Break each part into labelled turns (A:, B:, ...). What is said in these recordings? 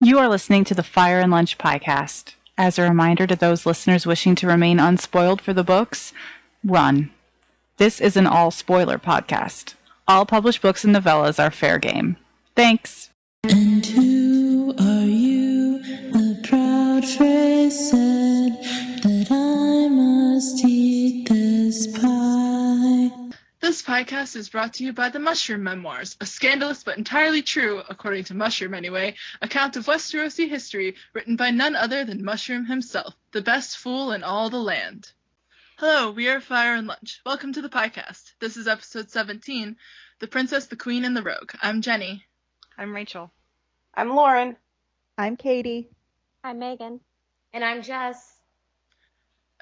A: You are listening to the Fire and Lunch podcast. As a reminder to those listeners wishing to remain unspoiled for the books, run. This is an all spoiler podcast. All published books and novellas are fair game. Thanks.
B: And who are you? A proud phrase said that I must eat this pie.
C: This podcast is brought to you by The Mushroom Memoirs, a scandalous but entirely true, according to Mushroom anyway, account of Westerosi history written by none other than Mushroom himself, the best fool in all the land. Hello, we are Fire and Lunch. Welcome to the podcast. This is episode 17 The Princess, the Queen, and the Rogue. I'm Jenny.
D: I'm Rachel.
E: I'm Lauren.
F: I'm Katie.
G: I'm Megan.
H: And I'm Jess.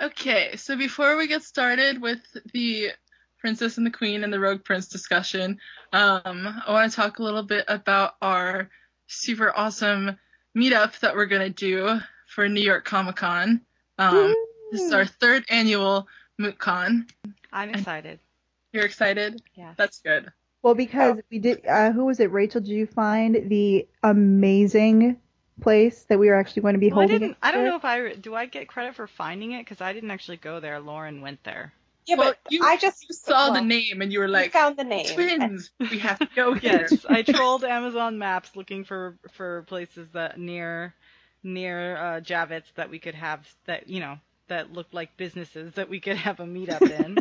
C: Okay, so before we get started with the Princess and the Queen and the Rogue Prince discussion, um, I want to talk a little bit about our super awesome meetup that we're going to do for New York Comic Con. Um, this is our third annual MootCon.
D: I'm excited.
C: You're excited?
D: Yes.
C: That's good.
F: Well, because we did. Uh, who was it? Rachel? Did you find the amazing place that we are actually going to be
D: Well, I
F: holding?
D: didn't.
F: it
D: I don't
F: for?
D: know if I do. I get credit for finding it because I didn't actually go there. Lauren went there.
E: Yeah,
C: Well,
E: but
C: you-
E: I just
C: You saw the
E: well,
C: name and you were
E: you
C: like,
E: found the name.
C: twins, we have to go here.
D: Yes, I trolled Amazon Maps looking for for places that near near uh, Javits that we could have that you know that looked like businesses that we could have a meetup in,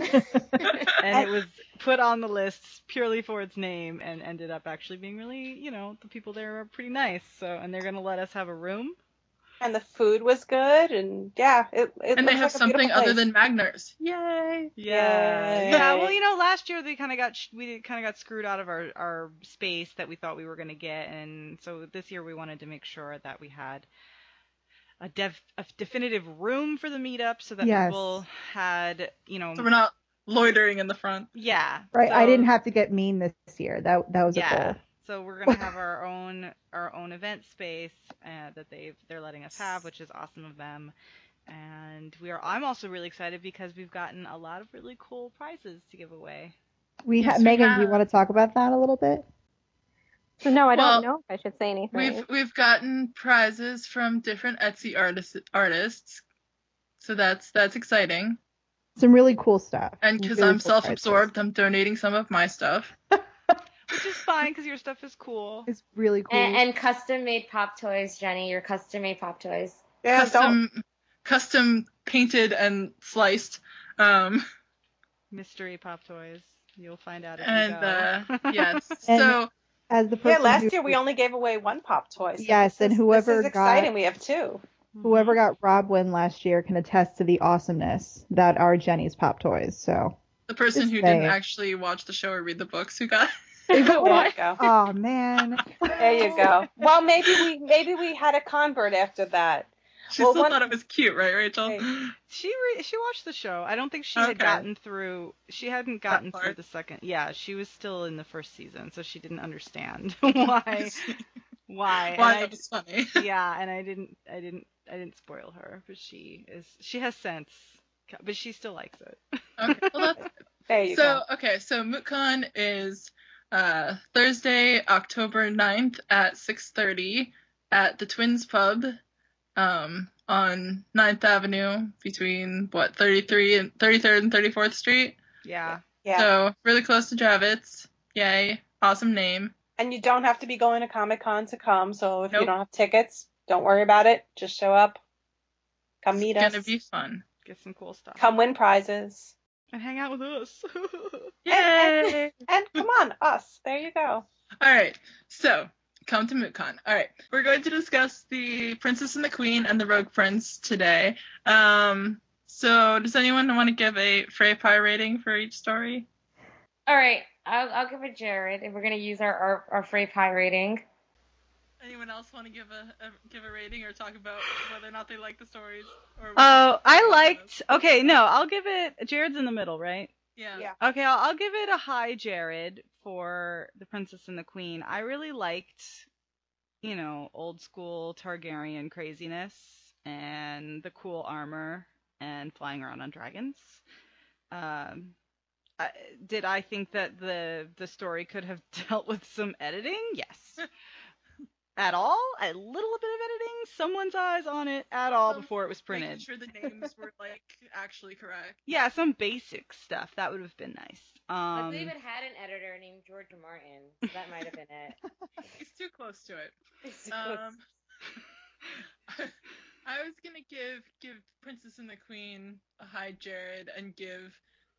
D: and it was put on the list purely for its name and ended up actually being really you know the people there are pretty nice. So and they're gonna let us have a room.
E: And the food was good, and yeah, it. it looks
C: And they have
E: like a beautiful
C: something other
E: place.
C: than Magners.
D: Yay!
E: Yay.
D: Yeah. Yeah. Well, you know, last year they kind of got sh- we kind of got screwed out of our our space that we thought we were going to get, and so this year we wanted to make sure that we had a, def- a definitive room for the meetup so that
F: Yes.
D: people had, you know,
C: So we're not loitering in the front.
D: yeah.
F: Right. I
D: so-
F: didn't have to get mean this year. That that was a
D: yeah.
F: goal.
D: So we're gonna have our own our own event space uh, that they they're letting us have, which is awesome of them. And we are. I'm also really excited because we've gotten a lot of really cool prizes to give away.
F: We
C: Yes,
F: ha-
C: we
F: Megan, do you
C: have.
F: want to talk about that a little bit?
G: So no, I
C: Well,
G: don't know if I should say anything.
C: We've we've gotten prizes from different Etsy artists artists. So that's that's exciting.
F: Some really cool stuff.
C: And because
F: Really
C: I'm
F: cool prizes.
C: self-absorbed, I'm donating some of my stuff.
D: Which is fine because your stuff is cool.
F: It's really cool.
H: And, and custom made pop toys, Jenny. Your custom made pop toys.
E: Yeah, don't.
C: custom custom painted and sliced. Um
D: Mystery pop toys. You'll find out. If
C: and
D: you go.
C: uh yes.
F: And-
C: so
F: As the
E: Yeah,
F: person
E: last
F: who-
E: year we only gave away one pop toy. so
F: Yes,
E: this
F: and
E: is-
F: whoever
E: this is
F: got-
E: exciting. We have two.
F: whoever got Rob win last year can attest to the awesomeness that are Jenny's pop toys. So.
C: the person
F: Just
C: who
F: saying.
C: didn't actually watch the show or read the books who got
E: There you go.
F: Oh man.
E: There you go. Well, maybe we maybe we had a convert after that.
C: she
E: Well,
C: still
E: one-
C: thought it was cute, right, Rachel?
E: Hey.
D: she re- she watched the show. I don't think she
C: Okay.
D: had gotten through. She hadn't gotten through
C: part.
D: the second. Yeah, she was still in the first season, so she didn't understand why why. And
C: Why
D: I-
C: that was funny.
D: yeah, and I didn't I didn't I didn't spoil her, but she is she has sense, but she still likes it.
C: okay, well, that's
E: There you
C: so
E: go.
C: okay so mootcon is uh, thursday october 9th at 6.30 at the twins pub um, on 9th avenue between what 33 and 33rd and 34th street
D: Yeah.
E: Yeah.
C: so really close to javits yay awesome name
E: And you don't have to be going to Comic Con to come. So if
C: Nope.
E: you don't have tickets, don't worry about it. Just show up. Come meet
C: it's
E: us.
C: gonna be fun
D: Get some cool stuff.
E: Come win prizes.
D: and hang out with us.
E: And- And come on, us. There you go.
C: All right, so come to MootCon. All right, we're going to discuss the Princess and the Queen and the Rogue Prince today. Um, so does anyone want to give a Frey Pie rating for each story?
H: All right, I'll, I'll give it Jared, and we're gonna use our our, our free pie rating.
C: Anyone else want to give a, a give a rating or talk about whether or not they like the stories? Or
D: Oh, I liked. Okay, no, I'll give it. Jared's in the middle, right?
C: Yeah.
E: Yeah.
D: Okay, I'll, I'll give it a high Jared for The Princess and the Queen. I really liked, you know, old school Targaryen craziness and the cool armor and flying around on dragons. Um, I, did I think that the the story could have dealt with some editing? Yes. At all? A little bit someone's eyes on it at all
C: Some-
D: before it was
C: Making
D: printed.
C: sure the names were like actually correct.
D: Yeah, some basic stuff that would have been nice.
H: But
D: Um,
H: they even had an editor named George Martin. So that might have been it.
C: It's too close to it.
H: It's
C: Um,
H: just-
C: I was gonna give give Princess and the Queen a high Jared and give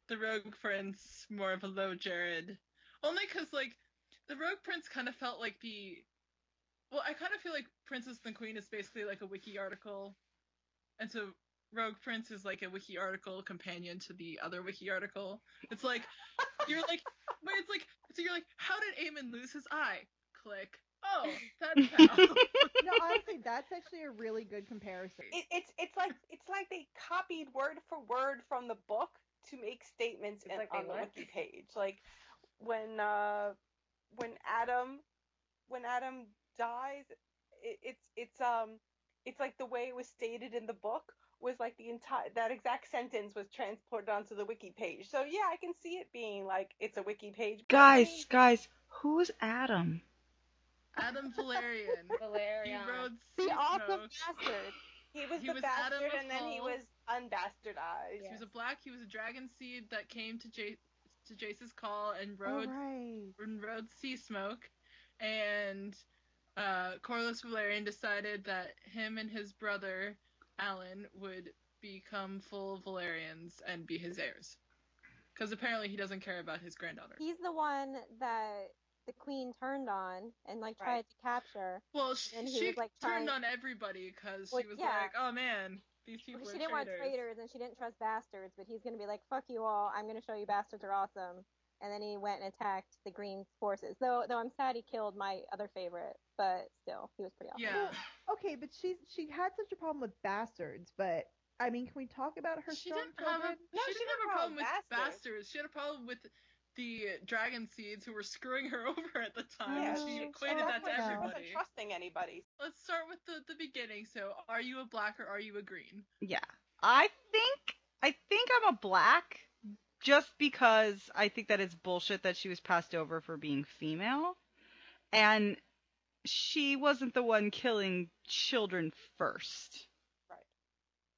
C: the Rogue Prince more of a low Jared, only because like the Rogue Prince kind of felt like the well, I kind of feel like Princess and the Queen is basically like a wiki article, and so Rogue Prince is like a wiki article companion to the other wiki article. It's like you're like but it's like so you're like how did Aemon lose his eye? Click. Oh, that's how.
F: No, honestly, that's actually a really good comparison.
E: It, it's it's like it's like they copied word for word from the book to make statements
H: It's
E: in-
H: like they
E: on the
H: what?
E: wiki page. Like when uh when Adam when Adam dies, it, it's it's um it's like the way it was stated in the book was like the entire that exact sentence was transported onto the wiki page. So yeah, I can see it being like it's a wiki page. but I
D: guys,
E: mean,
D: guys, who's Adam?
C: Adam Valerian. He
H: Valerian.
C: rode
E: the
C: Sea
E: awesome
C: Smoke.
E: bastard. He was
C: He
E: the
C: was Adam
E: bastard,
C: of
E: and then he
C: Hull.
E: was unbastardized.
C: He was a black. He was a dragon seed that came to Jace to Jace's call and
F: All
C: rode
F: right.
C: and rode Sea Smoke, and uh, Corlys Valerian decided that him and his brother Alan would become full Valerians and be his heirs, because apparently he doesn't care about his granddaughter.
G: He's the one that the queen turned on and like tried
E: Right.
G: to capture.
C: Well, sh-
G: And he
C: she
G: was, like,
C: turned on
G: trying-
C: everybody because
G: Well,
C: she was
G: yeah.
C: like, "Oh man, these people are
G: Because she didn't want traitors and she didn't trust bastards, but he's gonna be like, "Fuck you all! I'm gonna show you bastards are awesome." And then he went and attacked the green forces. Though, though I'm sad he killed my other favorite, but still, he was pretty awesome.
C: Yeah.
F: Okay, but she she had such a problem with bastards, but I mean, can we talk about her
C: she
F: strong
C: didn't have a
F: children?
E: No,
C: she didn't have a problem with bastards. She had a problem with the dragon seeds who were screwing her over at the time.
F: Yeah,
C: she
F: she-
C: equated
F: oh,
C: that to
F: my God.
E: She wasn't
C: everybody.
E: trusting anybody.
C: Let's start with the, the beginning. So, are you a black or are you a green?
D: Yeah, I think I think I'm a black, just because I think that it's bullshit that she was passed over for being female, and she wasn't the one killing children first.
E: Right.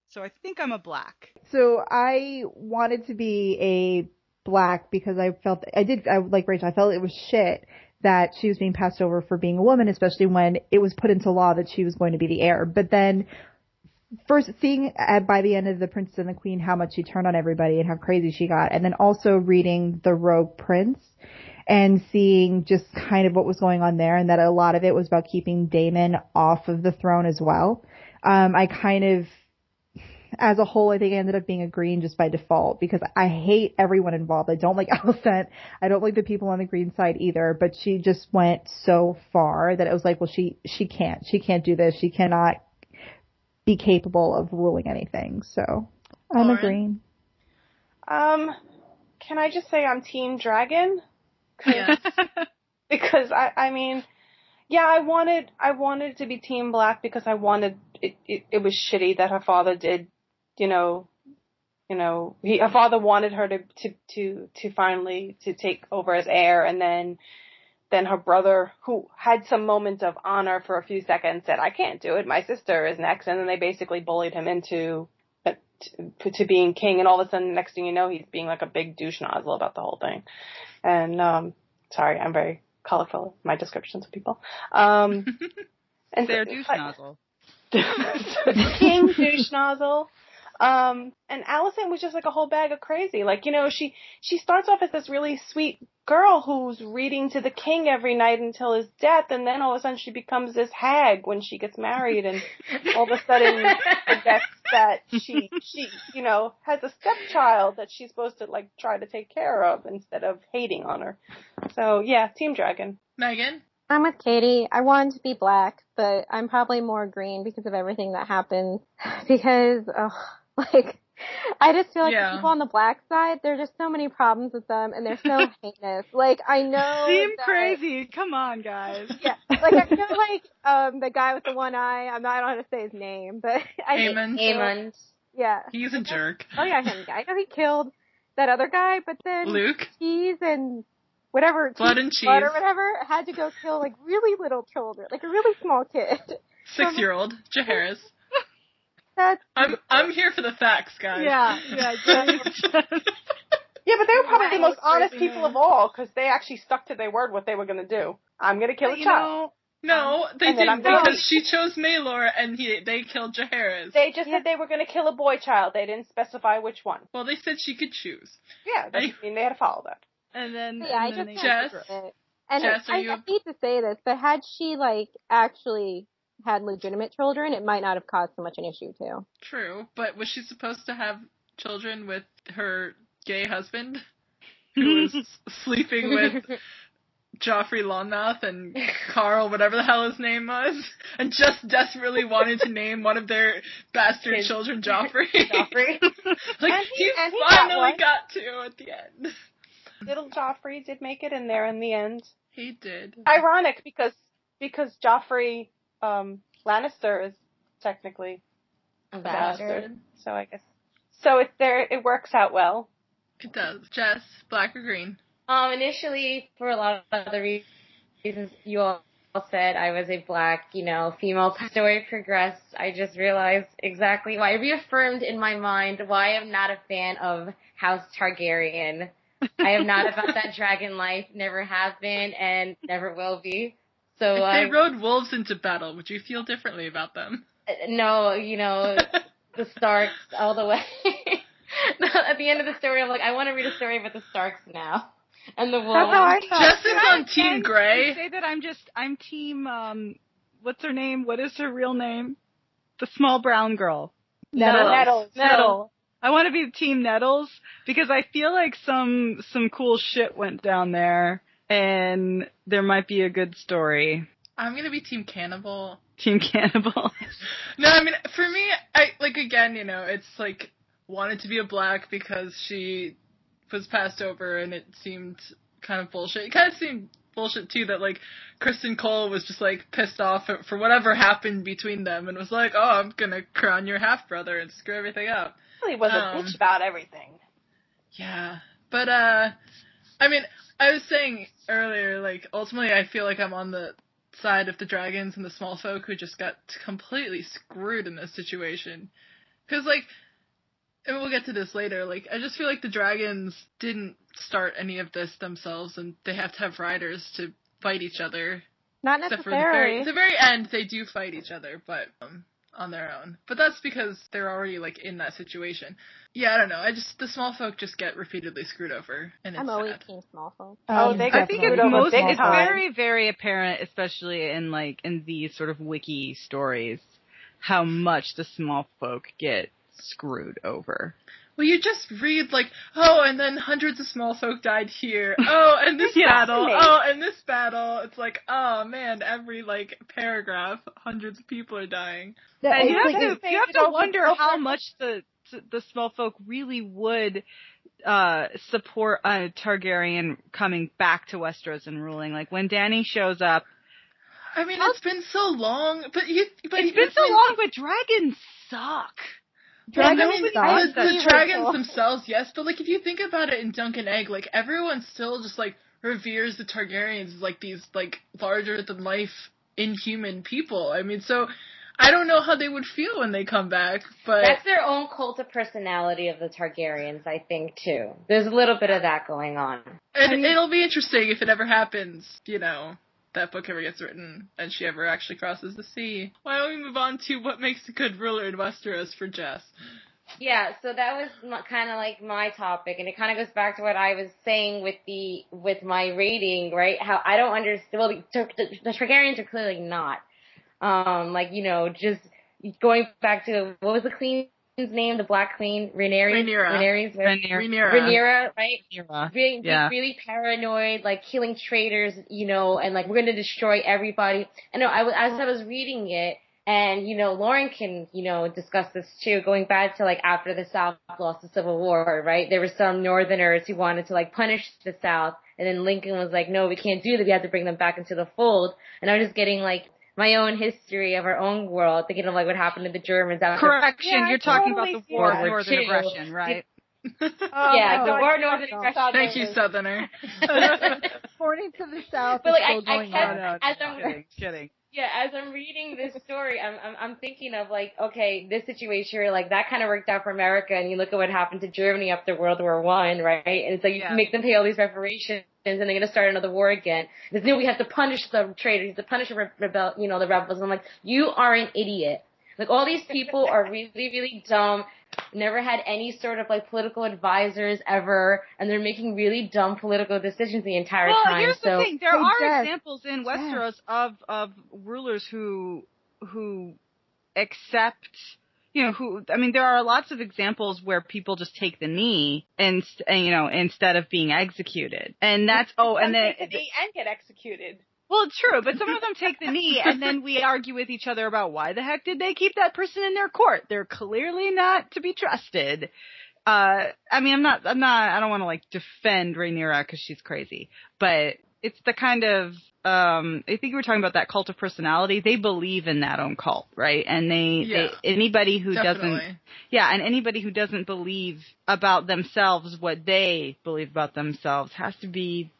D: So I think I'm a black.
F: So I wanted to be a black because I felt I did I like Rachel. I felt it was shit that she was being passed over for being a woman, especially when it was put into law that she was going to be the heir. But then first seeing at, by the end of the Princess and the Queen how much she turned on everybody and how crazy she got, and then also reading the Rogue Prince and seeing just kind of what was going on there, and that a lot of it was about keeping Damon off of the throne as well. Um, I kind of as a whole, I think I ended up being a green just by default because I hate everyone involved. I don't like Alicent. I don't like the people on the green side either, but she just went so far that it was like, well, she, she can't, she can't do this. She cannot be capable of ruling anything. So I'm
C: Lauren?
F: a green.
I: Um, can I just say I'm Team Dragon?
C: Yeah.
I: Because I, I mean, yeah, I wanted, I wanted to be Team Black because I wanted. It, it, it was shitty that her father did, you know, you know, he, her father wanted her to, to, to, to finally to take over as heir, and then, then her brother, who had some moments of honor for a few seconds, said, "I can't do it. My sister is next," and then they basically bullied him into uh, to, to being king, and all of a sudden, next thing you know, he's being like a big douche nozzle about the whole thing. And um, sorry, I'm very colorful in my descriptions of people. Um, and
D: They're
I: so-
D: douche nozzle.
I: king douche nozzle. Um, and Allison was just like a whole bag of crazy. Like you know, she she starts off as this really sweet girl who's reading to the king every night until his death, and then all of a sudden she becomes this hag when she gets married, and all of a sudden that's that she she you know has a stepchild that she's supposed to like try to take care of instead of hating on her. So yeah, Team Dragon.
C: Megan?
G: I'm with Katie. I wanted to be black, but I'm probably more green because of everything that happened. Because, ugh, like, I just feel like
C: Yeah.
G: the people on the black side, there are just so many problems with them, and they're so heinous. Like, I know.
D: Seem
G: that-
D: crazy. Come on, guys.
G: Yeah, like I know, like um, the guy with the one eye. I'm not. I don't know how to say his name, but I think-
C: Aemon.
H: Amon.
G: yeah.
C: He's a jerk.
G: Oh yeah, him. I know he killed that other guy, but then
C: Luke?
G: cheese and whatever
C: Blood and cheese.
G: blood or whatever had to go kill like really little children, like a really small kid.
C: Six year old Jaharis.
F: That's-
C: I'm I'm here for the facts, guys.
D: Yeah, yeah, Jen-
I: Yeah, but they were probably
G: Wow,
I: the most honest
G: crazy
I: people
G: man.
I: of all because they actually stuck to their word what they were going to do. I'm going to kill a
D: you
I: child.
D: know,
C: No, they
I: And then
C: didn't
I: I'm gonna
C: because
I: eat.
C: she chose Maylor and he they killed Jaharis.
I: They just said they were going to kill a boy child. They didn't specify which one.
C: Well, they said she could choose.
I: Yeah, that
C: I-
I: doesn't mean they had to follow that.
D: and then
G: Yeah, I
D: and then
G: just
D: they-
C: Mm-hmm. Jess?
G: it. And
C: Jess, are
G: I,
C: you-
G: I hate to say this, but had she like actually had legitimate children, it might not have caused so much an issue too.
C: True, but was she supposed to have children with her gay husband who was sleeping with Joffrey Longmouth and Carl, whatever the hell his name was, and just desperately wanted to name one of their bastard
H: His-
C: children Joffrey?
H: Joffrey.
C: like
I: And he-
C: he,
I: and he got
C: finally
I: one.
C: got, to at the end.
I: Little Joffrey did make it in there in the end.
C: He did.
I: Ironic because because Joffrey um, Lannister is technically
H: A
I: a bastard.
H: bastard.
I: So I guess so. It there it works out well.
C: It does. Jess, black or green?
H: Um, initially, for a lot of the re- reasons you all said, I was a black, you know, female. As the way progressed, I just realized exactly why. It reaffirmed in my mind why I'm not a fan of House Targaryen. I am not about that dragon life. Never have been, and never will be. So
C: If
H: I
C: they rode wolves into battle, would you feel differently about them?
H: no, you know, the Starks all the way. At the end of the story, I'm like, I want to read a story about the Starks now and the
F: That's how
H: wolves.
F: I felt.
C: Jess is
D: Can I-
C: on
D: can I
C: Team Grey.
D: Say that I'm just I'm team. Um, what's her name? What is her real name? The small brown girl.
F: Nettle.
I: Nettle, Nettle.
D: I want to be Team Nettles because I feel like some some cool shit went down there, and there might be a good story.
C: I'm gonna be Team Cannibal.
D: Team Cannibal.
C: No, I mean for me, I like again, you know, it's like wanted to be a black because she was passed over, and it seemed kind of bullshit. It kind of seemed bullshit too that like Kristen Cole was just like pissed off for, for whatever happened between them, and was like, "Oh, I'm gonna crown your half brother and screw everything up."
I: Really was a
C: Um,
I: bitch about everything.
C: Yeah. But uh I mean, I was saying earlier, like ultimately I feel like I'm on the side of the dragons and the small folk who just got completely screwed in this situation. Cuz like and we'll get to this later. Like I just feel like the dragons didn't start any of this themselves and they have to have riders to fight each other.
G: Not
C: Except for the very
G: necessarily.
C: the very end they do fight each other, but um on their own. But that's because they're already like in that situation. Yeah, I don't know. I just the small folk just get repeatedly screwed over, and it's
G: I'm always
C: sad.
G: team small folk.
I: Oh,
F: Um,
I: they
D: I
I: got
D: think
I: screwed
D: it's
I: over
D: most
I: big
D: it's
I: time.
D: very very apparent, especially in like in these sort of wiki stories, how much the small folk get screwed over.
C: Well, you just read like, oh, and then hundreds of small folk died here. Oh, and this
D: Yeah.
C: battle. Oh, and this battle. It's like, oh man, every like paragraph, hundreds of people are dying.
F: Yeah,
D: And
F: it's
D: you have
F: like-
I: this
D: to
I: thing
D: you
I: is
D: have to
I: over-
D: wonder
I: over-
D: how much the the small folk really would uh support uh Targaryen coming back to Westeros and ruling. Like when Danny shows up,
C: I mean, it's been so long, but you, but
D: it's been
C: I
D: so
C: mean-
D: long, but dragons suck.
C: Well, no, but
F: Dragons suck.
C: the- the,
I: That's
C: dragons
I: terrible.
C: themselves, yes, but like if you think about it in Duncan Egg, like everyone still just like reveres the Targaryens as like these like larger than life inhuman people. I mean, so I don't know how they would feel when they come back, but
H: That's their own cult of personality of the Targaryens, I think, too. There's a little bit of that going on.
C: it, it'll be interesting if it ever happens. You know, that book ever gets written and she ever actually crosses the sea. Why don't we move on to what makes a good ruler in Westeros for Jess?
H: Yeah, so that was my, kind of like my topic, and it kind of goes back to what I was saying with the with my rating, right? How I don't understand. Well, the, Tar- the, the Targaryens are clearly not. Um, like you know, just going back to what was the queen's name, the Black Queen, Rhaenyra.
C: Rhaenyra.
H: Rhaenyra's-
C: Rhaenyra.
H: Rhaenyra, right?
D: Rhaenyra.
H: being
D: Yeah.
H: really paranoid, like killing traitors, you know, and like we're gonna destroy everybody. I know. I was as I was reading it, and you know, Lauren can you know discuss this too. Going back to like after the South lost the Civil War, right? There were some Northerners who wanted to like punish the South, and then Lincoln was like, "No, we can't do that. We have to bring them back into the fold." And I was just getting like my own history of our own world, thinking of like what happened to the Germans after
D: Correction,
I: Yeah, I
D: you're talking
I: totally
D: about the
I: see
D: war,
H: that.
D: northern
H: Too.
D: aggression, right?
I: Oh,
H: Yeah,
I: my
H: the
I: God,
H: war
I: you're
H: northern
I: so
H: aggression.
C: Thank you,
I: southern.
C: Southerner.
F: According to the South,
H: But, like,
F: it's still
H: I- I
F: going
H: kept-
F: on.
H: As I'm-
D: kidding, kidding.
H: yeah, as I'm reading this story, I'm, I'm I'm thinking of like, okay, this situation, like that kind of worked out for America, and you look at what happened to Germany after World War One, right? And it's like you
D: Yeah.
H: make them pay all these reparations, and they're gonna start another war again. Because then we have to punish the traitors, to punish the re- rebel, you know, the rebels. I'm like, you are an idiot. Like all these people are really, really dumb. Never had any sort of like political advisors ever, and they're making really dumb political decisions the entire
D: well,
H: time.
D: here's
H: so
D: the thing: there
F: Hey,
D: are
F: Jess.
D: examples in Westeros of of rulers who who accept, you know, who I mean, there are lots of examples where people just take the knee and, s- and you know instead of being executed, and that's oh, and then
I: Take the knee and get executed.
D: well, true, but some of them take the knee, and then we argue with each other about why the heck did they keep that person in their court? They're clearly not to be trusted. Uh, I mean, I'm not, I'm not, I don't want to like defend Rhaenyra because she's crazy, but it's the kind of, um, I think we were talking about that cult of personality. They believe in that own cult, right? And they,
C: Yeah.
D: they anybody who doesn't,
C: Definitely.
D: yeah, and anybody who doesn't believe about themselves what they believe about themselves has to be,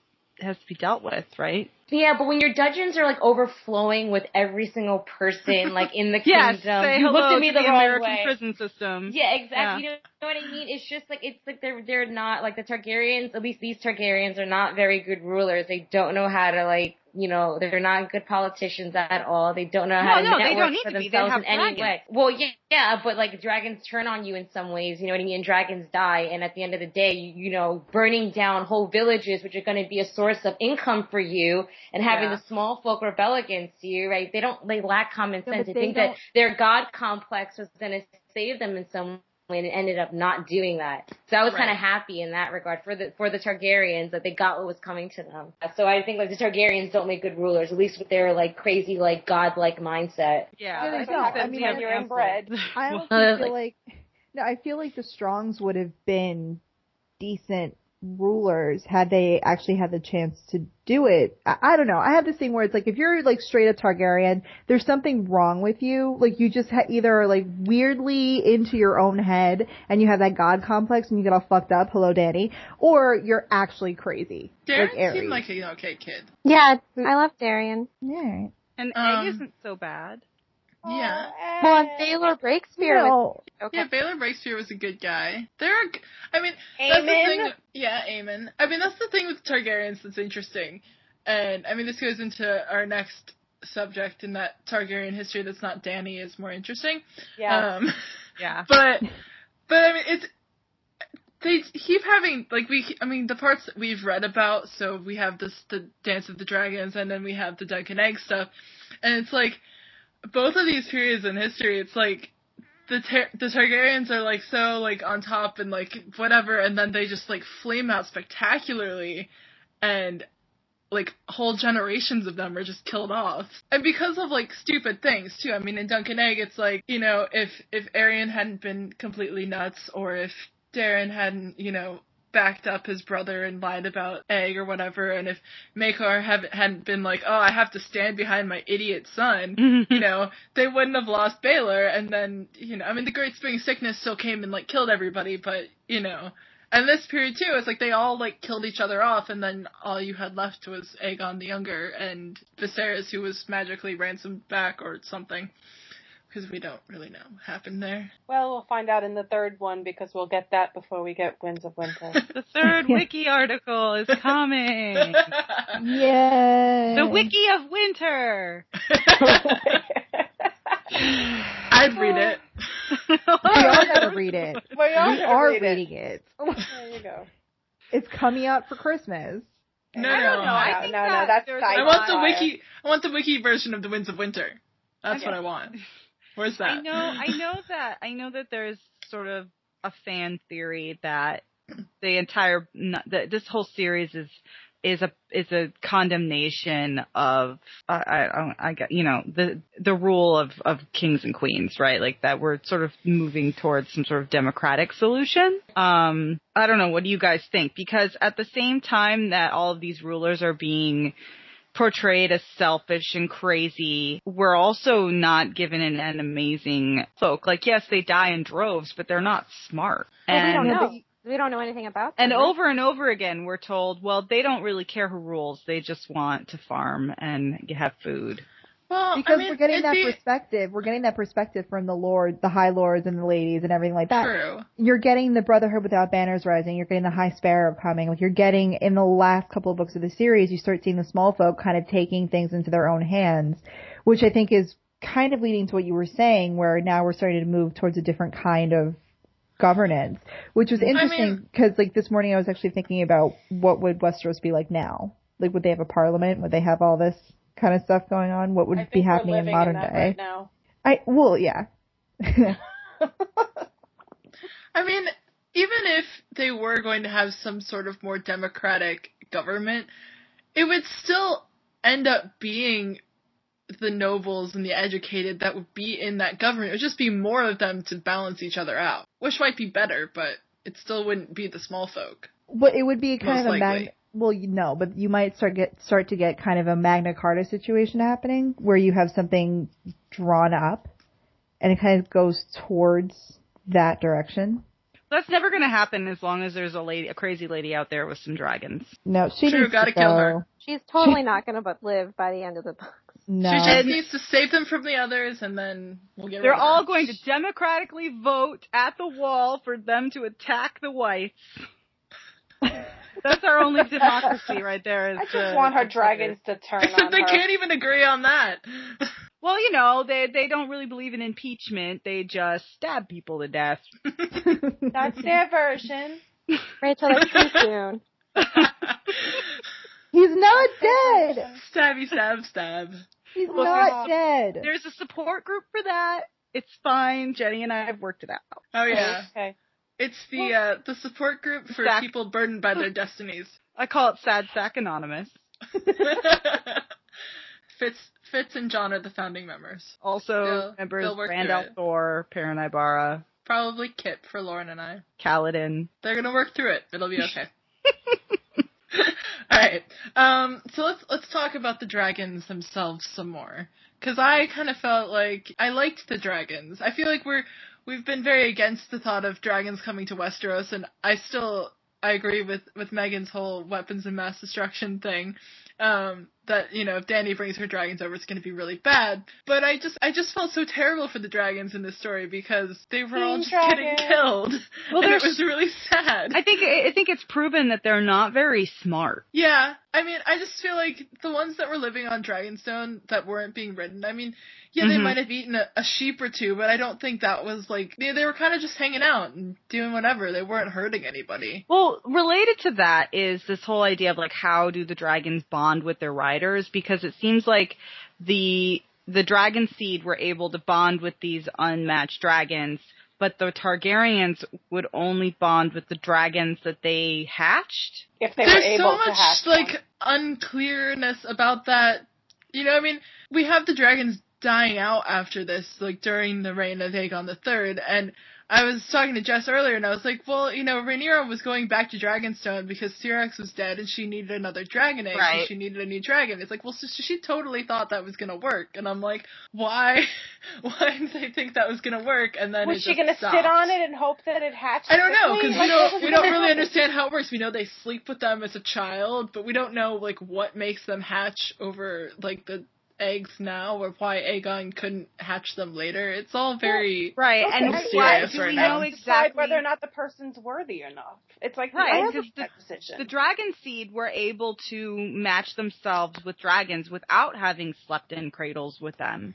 D: has to be dealt with, right?
H: Yeah, but when your dungeons are like overflowing with every single person, like in the
D: Yes,
H: kingdom,
D: say
H: um, you
D: hello
H: looked at me
D: to
H: the,
D: the,
H: wrong
D: American
H: way.
D: prison system.
H: Yeah, exactly. You know what I mean? It's just like it's like they're they're not like the Targaryens. At least these Targaryens are not very good rulers. They don't know how to like you know they're not good politicians at all. They don't know how
D: No, no,
H: to
D: they
H: network
D: don't need
H: for
D: to be. They
H: themselves
D: have
H: in any
D: dragons.
H: way. Well, yeah, yeah, but like dragons turn on you in some ways. You know what I mean? And dragons die, and at the end of the day, you, you know, burning down whole villages, which are going to be a source of income for you, and having
D: Yeah.
H: the small folk rebel against you, right? They don't. They lack common
F: Yeah, but
H: sense. they
F: they
H: think that
F: don't-
H: their god complex was going to save them in some way, and it ended up not doing that. So I was kind
D: Right.
H: of happy in that regard for the for the Targaryens that they got what was coming to them. So I think like the Targaryens don't make good rulers, at least with their like crazy like godlike mindset.
D: Yeah,
F: Yeah, they
D: I think
F: don't.
D: that's
F: I mean,
D: the
F: like-
I: You're
D: example.
I: inbred.
F: I
D: Well,
F: honestly
H: Well,
F: feel like, no, I feel like the Strongs would have been decent rulers had they actually had the chance to do it. I, I don't know. I have this thing where it's like if you're like straight up Targaryen, there's something wrong with you. Like you just ha- either are like weirdly into your own head and you have that god complex and you get all fucked up. Hello, Danny. Or you're actually crazy.
C: Darren
F: like Aries.
C: seemed like an okay kid.
G: Yeah, I love Darian.
F: yeah.
D: and
C: Um,
D: Egg isn't so bad.
C: Yeah.
G: Well, Baylor Breakspear was
F: No,
G: okay.
C: Yeah, Baylor Breakspear was a good guy. There are, g- I mean, That's the
I: Amen.
C: thing. Yeah, Aemon. I mean, that's the thing with Targaryens that's interesting, and I mean, this goes into our next subject in that Targaryen history that's not Danny is more interesting.
F: Uh.
I: Yeah.
C: Um,
D: Yeah.
C: but but I mean, it's they keep having like we. I mean, the parts that we've read about. So we have this the Dance of the Dragons, and then we have the Duncan Egg stuff, and it's like both of these periods in history. It's like the Tar- the Targaryens are like so like on top and like whatever, and then they just like flame out spectacularly, and like whole generations of them are just killed off, and because of like stupid things too. I mean, in Duncan Egg, it's like you know if if Arian hadn't been completely nuts, or if Darren hadn't you know backed up his brother and lied about Egg or whatever, and if Makar haven't hadn't been like, oh, I have to stand behind my idiot son you know, they wouldn't have lost Baylor, and then, you know, I mean, the Great Spring Sickness still came and, like, killed everybody, but, you know. And this period, too, it's like they all, like, killed each other off, and then all you had left was Aegon the Younger and Viserys, who was magically ransomed back or something. Because we don't really know what happened there.
I: Well, we'll find out in the third one because we'll get that before we get Winds of Winter.
D: the third wiki article is coming.
F: yeah.
D: the wiki of winter.
C: I'd read it.
F: We all gotta read it.
I: Well, y'all
F: We
I: gotta
F: are
I: read it.
F: reading it.
I: There you go.
F: It's coming out for Christmas.
C: No,
D: I don't
C: no.
D: know.
I: No,
D: I think
I: no, no,
D: that
I: that's
D: there's
I: sci-fi.
D: a
C: I want the
D: lot-
C: wiki. I want the wiki version of the Winds of Winter. That's what I want. Where's that?
D: I know. I know that. I know that there's sort of a fan theory that the entire n- that this whole series is is a is a condemnation of I I, I don't- I get you know the the rule of of kings and queens right like that we're sort of moving towards some sort of democratic solution um I don't know what do you guys think because at the same time that all of these rulers are being portrayed as selfish and crazy We're also not given an, an amazing folk like yes they die in droves but they're not smart
G: Well, we
D: and
G: don't
F: Yeah,
G: know.
F: but you-
G: We don't know anything about them.
D: and
I: Uh-huh.
D: over and over again, we're told, well, they don't really care who rules. They just want to farm and have food.
C: Well,
F: because
C: I mean,
F: we're
C: it'd
F: getting that
C: be
F: perspective. We're getting that perspective from the lords, the high lords, and the ladies, and everything like that.
C: true.
F: You're getting the Brotherhood without banners rising. You're getting the High Sparrow coming. Like you're getting in the last couple of books of the series, you start seeing the small folk kind of taking things into their own hands, which I think is kind of leading to what you were saying, where now we're starting to move towards a different kind of governance, which was interesting because like this morning I was actually thinking about what would Westeros be like now. Like would they have a parliament? Would they have all this kind of stuff going on? What would
I: I think
F: be
I: we're
F: happening in
I: living
F: modern
I: that
F: day?
I: right now.
F: I well, yeah.
C: I mean, even if they were going to have some sort of more democratic government, it would still end up being the nobles and the educated that would be in that government. It would just be more of them to balance each other out, which might be better, but it still wouldn't be the small folk.
F: But it would be kind
C: Most
F: of a mag-
C: likely.
F: well, you no, but you might start get start to get kind of a Magna Carta situation happening where you have something drawn up, and it kind of goes towards that direction.
D: That's never gonna happen as long as there's a lady, a crazy lady out there with some dragons.
F: No, she
C: True,
F: needs
C: gotta
F: to
C: kill
F: go.
C: her.
G: She's totally not going to live by the end of the book.
F: No,
C: She just needs to save them from the others, and then we'll get
D: They're
C: rid of her.
D: all going to democratically vote at the wall for them to attack the whites. That's our only democracy right there. Is
I: I
D: the-
I: just want her
D: the-
I: dragons to turn on
C: they
I: her.
C: can't even agree on that.
D: Well, you know, they they don't really believe in impeachment. They just stab people to death.
I: That's their version.
G: Rachel, that's too soon.
F: he's not dead.
C: Stabby, stab, stab.
F: He's
D: Look,
F: not
D: there's-
F: dead.
D: There's a support group for that. It's fine. Jenny and I have worked it out.
C: Oh yeah,
I: Okay.
C: it's the uh, the support group for
D: Sack.
C: people burdened by their destinies.
D: I call it Sad Sack Anonymous.
C: Fitz, Fitz, and John are the founding members.
D: Also
C: They'll-
D: members
C: they'll work through
D: Randolph
C: it.
D: Thor, Perrin Ibarra,
C: Probably Kip for Lauren and I.
D: Kaladin.
C: They're gonna work through it. It'll be okay. All right. Um, so let's let's talk about the dragons themselves some more, because I kind of felt like I liked the dragons. I feel like we're we've been very against the thought of dragons coming to Westeros, and I still I agree with with Megan's whole weapons and mass destruction thing. Um, that you know, if Danny brings her dragons over, it's going to be really bad. But I just I just felt so terrible for the dragons in this story because they were all
I: Teen
C: just
I: dragons.
C: getting killed.
D: Well,
C: and
D: there's
C: it was really sad.
D: I think I think it's proven that they're not very smart.
C: Yeah, I mean, I just feel like the ones that were living on Dragonstone that weren't being ridden. I mean, yeah, they
D: Mhm.
C: might have eaten a, a sheep or two, but I don't think that was like they, they were kind of just hanging out and doing whatever. They weren't hurting anybody.
D: Well, related to that is this whole idea of like how do the dragons bond with their riders because it seems like the the dragon seed were able to bond with these unmatched dragons, but the Targaryens would only bond with the dragons that they hatched.
I: If they were
C: There's
I: able
C: so much
I: to hatch
C: like
I: them.
C: unclearness about that. You know, I mean, we have the dragons dying out after this, like during the reign of Aegon the Third, and I was talking to Jess earlier, and I was like, well, you know, Rhaenyra was going back to Dragonstone because Syrax was dead, and she needed another dragon egg,
D: Right.
C: and she needed a new dragon. It's like, well, so so she totally thought that was gonna work, and I'm like, why? why did they think that was gonna work? And then
I: Was
C: it
I: she
C: just
I: gonna sit
C: stopped.
I: on it and hope that it hatched?
C: I don't know
I: quickly?
C: because we
I: Like,
C: don't we don't really
I: happen?
C: understand how it works. We know they sleep with them as a child, but we don't know like what makes them hatch over like the eggs now or why Aegon couldn't hatch them later. It's all very
D: Right,
F: Okay.
D: and
F: I-
D: why
C: yeah,
D: do
C: right
D: we
C: now.
D: know
I: Decide
D: exactly
I: whether or not the person's worthy enough. It's like
D: Right,
I: the end of
D: 'cause the-
I: that decision.
D: the dragon seed were able to match themselves with dragons without having slept in cradles with them.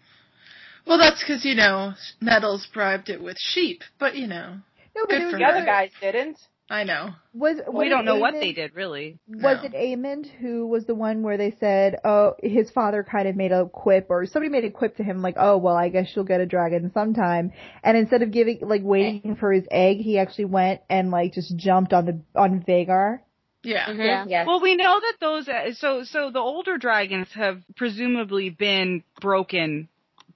C: well. That's because you know Nettles bribed it with sheep, but you know
F: no, but
C: good
F: it
C: for
F: was,
I: the other
C: her.
I: guys didn't.
C: I know.
F: was
D: we
F: was
D: don't
F: it
D: know what
F: Aemond-
D: they did really.
F: Was
C: No.
F: it Amond who was the one where they said, oh, his father kind of made a quip or somebody made a quip to him like, oh, well, I guess you'll get a dragon sometime. And instead of giving, like waiting for his egg, he actually went and like just jumped on the, on Vagar.
C: Yeah.
H: hmm
G: Yeah.
H: Yes.
D: Well, we know that those uh, so so the older dragons have presumably been broken.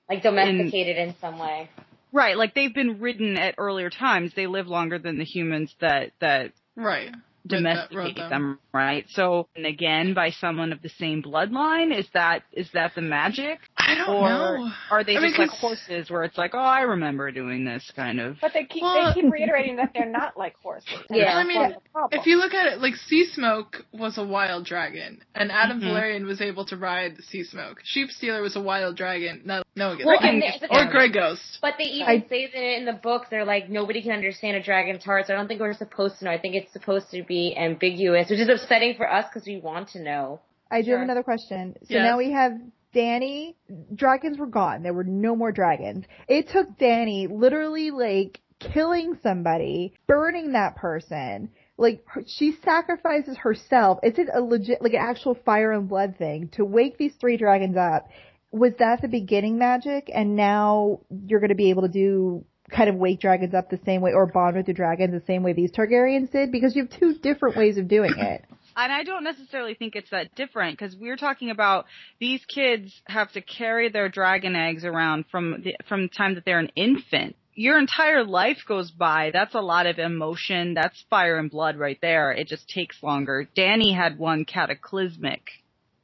H: like domesticated in some way.
D: Right, like they've been ridden at earlier times. They live longer than the humans that that
C: Right. Rid- that rode
D: domesticate them. right? So, and again, by someone of the same bloodline, is that is that the magic?
C: I I don't
D: or
C: know.
D: are they
C: I mean,
D: just like
C: 'cause-
D: horses where it's like, oh, I remember doing this kind of?
I: But they keep
C: Well-
I: they keep reiterating that they're not like horses.
H: Yeah.
I: That's
H: Well,
C: I mean,
I: part of the problem.
C: If you look at it, like Sea Smoke was a wild dragon, and Adam
D: Mhm.
C: Valerian was able to ride Sea Smoke. Sheep Stealer was a wild dragon. No, no one gets
H: Well,
C: that.
H: and they-
C: or Grey Ghost.
H: But they even
F: I-
H: say that in the book, they're like, nobody can understand a dragon's heart, so I don't think we're supposed to know. I think it's supposed to be ambiguous, which is upsetting for us because we want to know.
F: I do
H: Sure.
F: have another question. So
C: Yes.
F: now we have Danny. Dragons were gone. There were no more dragons. It took Danny literally like killing somebody, burning that person. Like her, she sacrifices herself. It's a legit, like an actual fire and blood thing to wake these three dragons up. Was that the beginning magic? And now you're going to be able to do kind of wake dragons up the same way or bond with the dragons the same way these Targaryens did because you have two different ways of doing it.
D: and I don't necessarily think it's that different because we're talking about these kids have to carry their dragon eggs around from the, from the time that they're an infant. Your entire life goes by. That's a lot of emotion. That's fire and blood right there. It just takes longer. Danny had one cataclysmic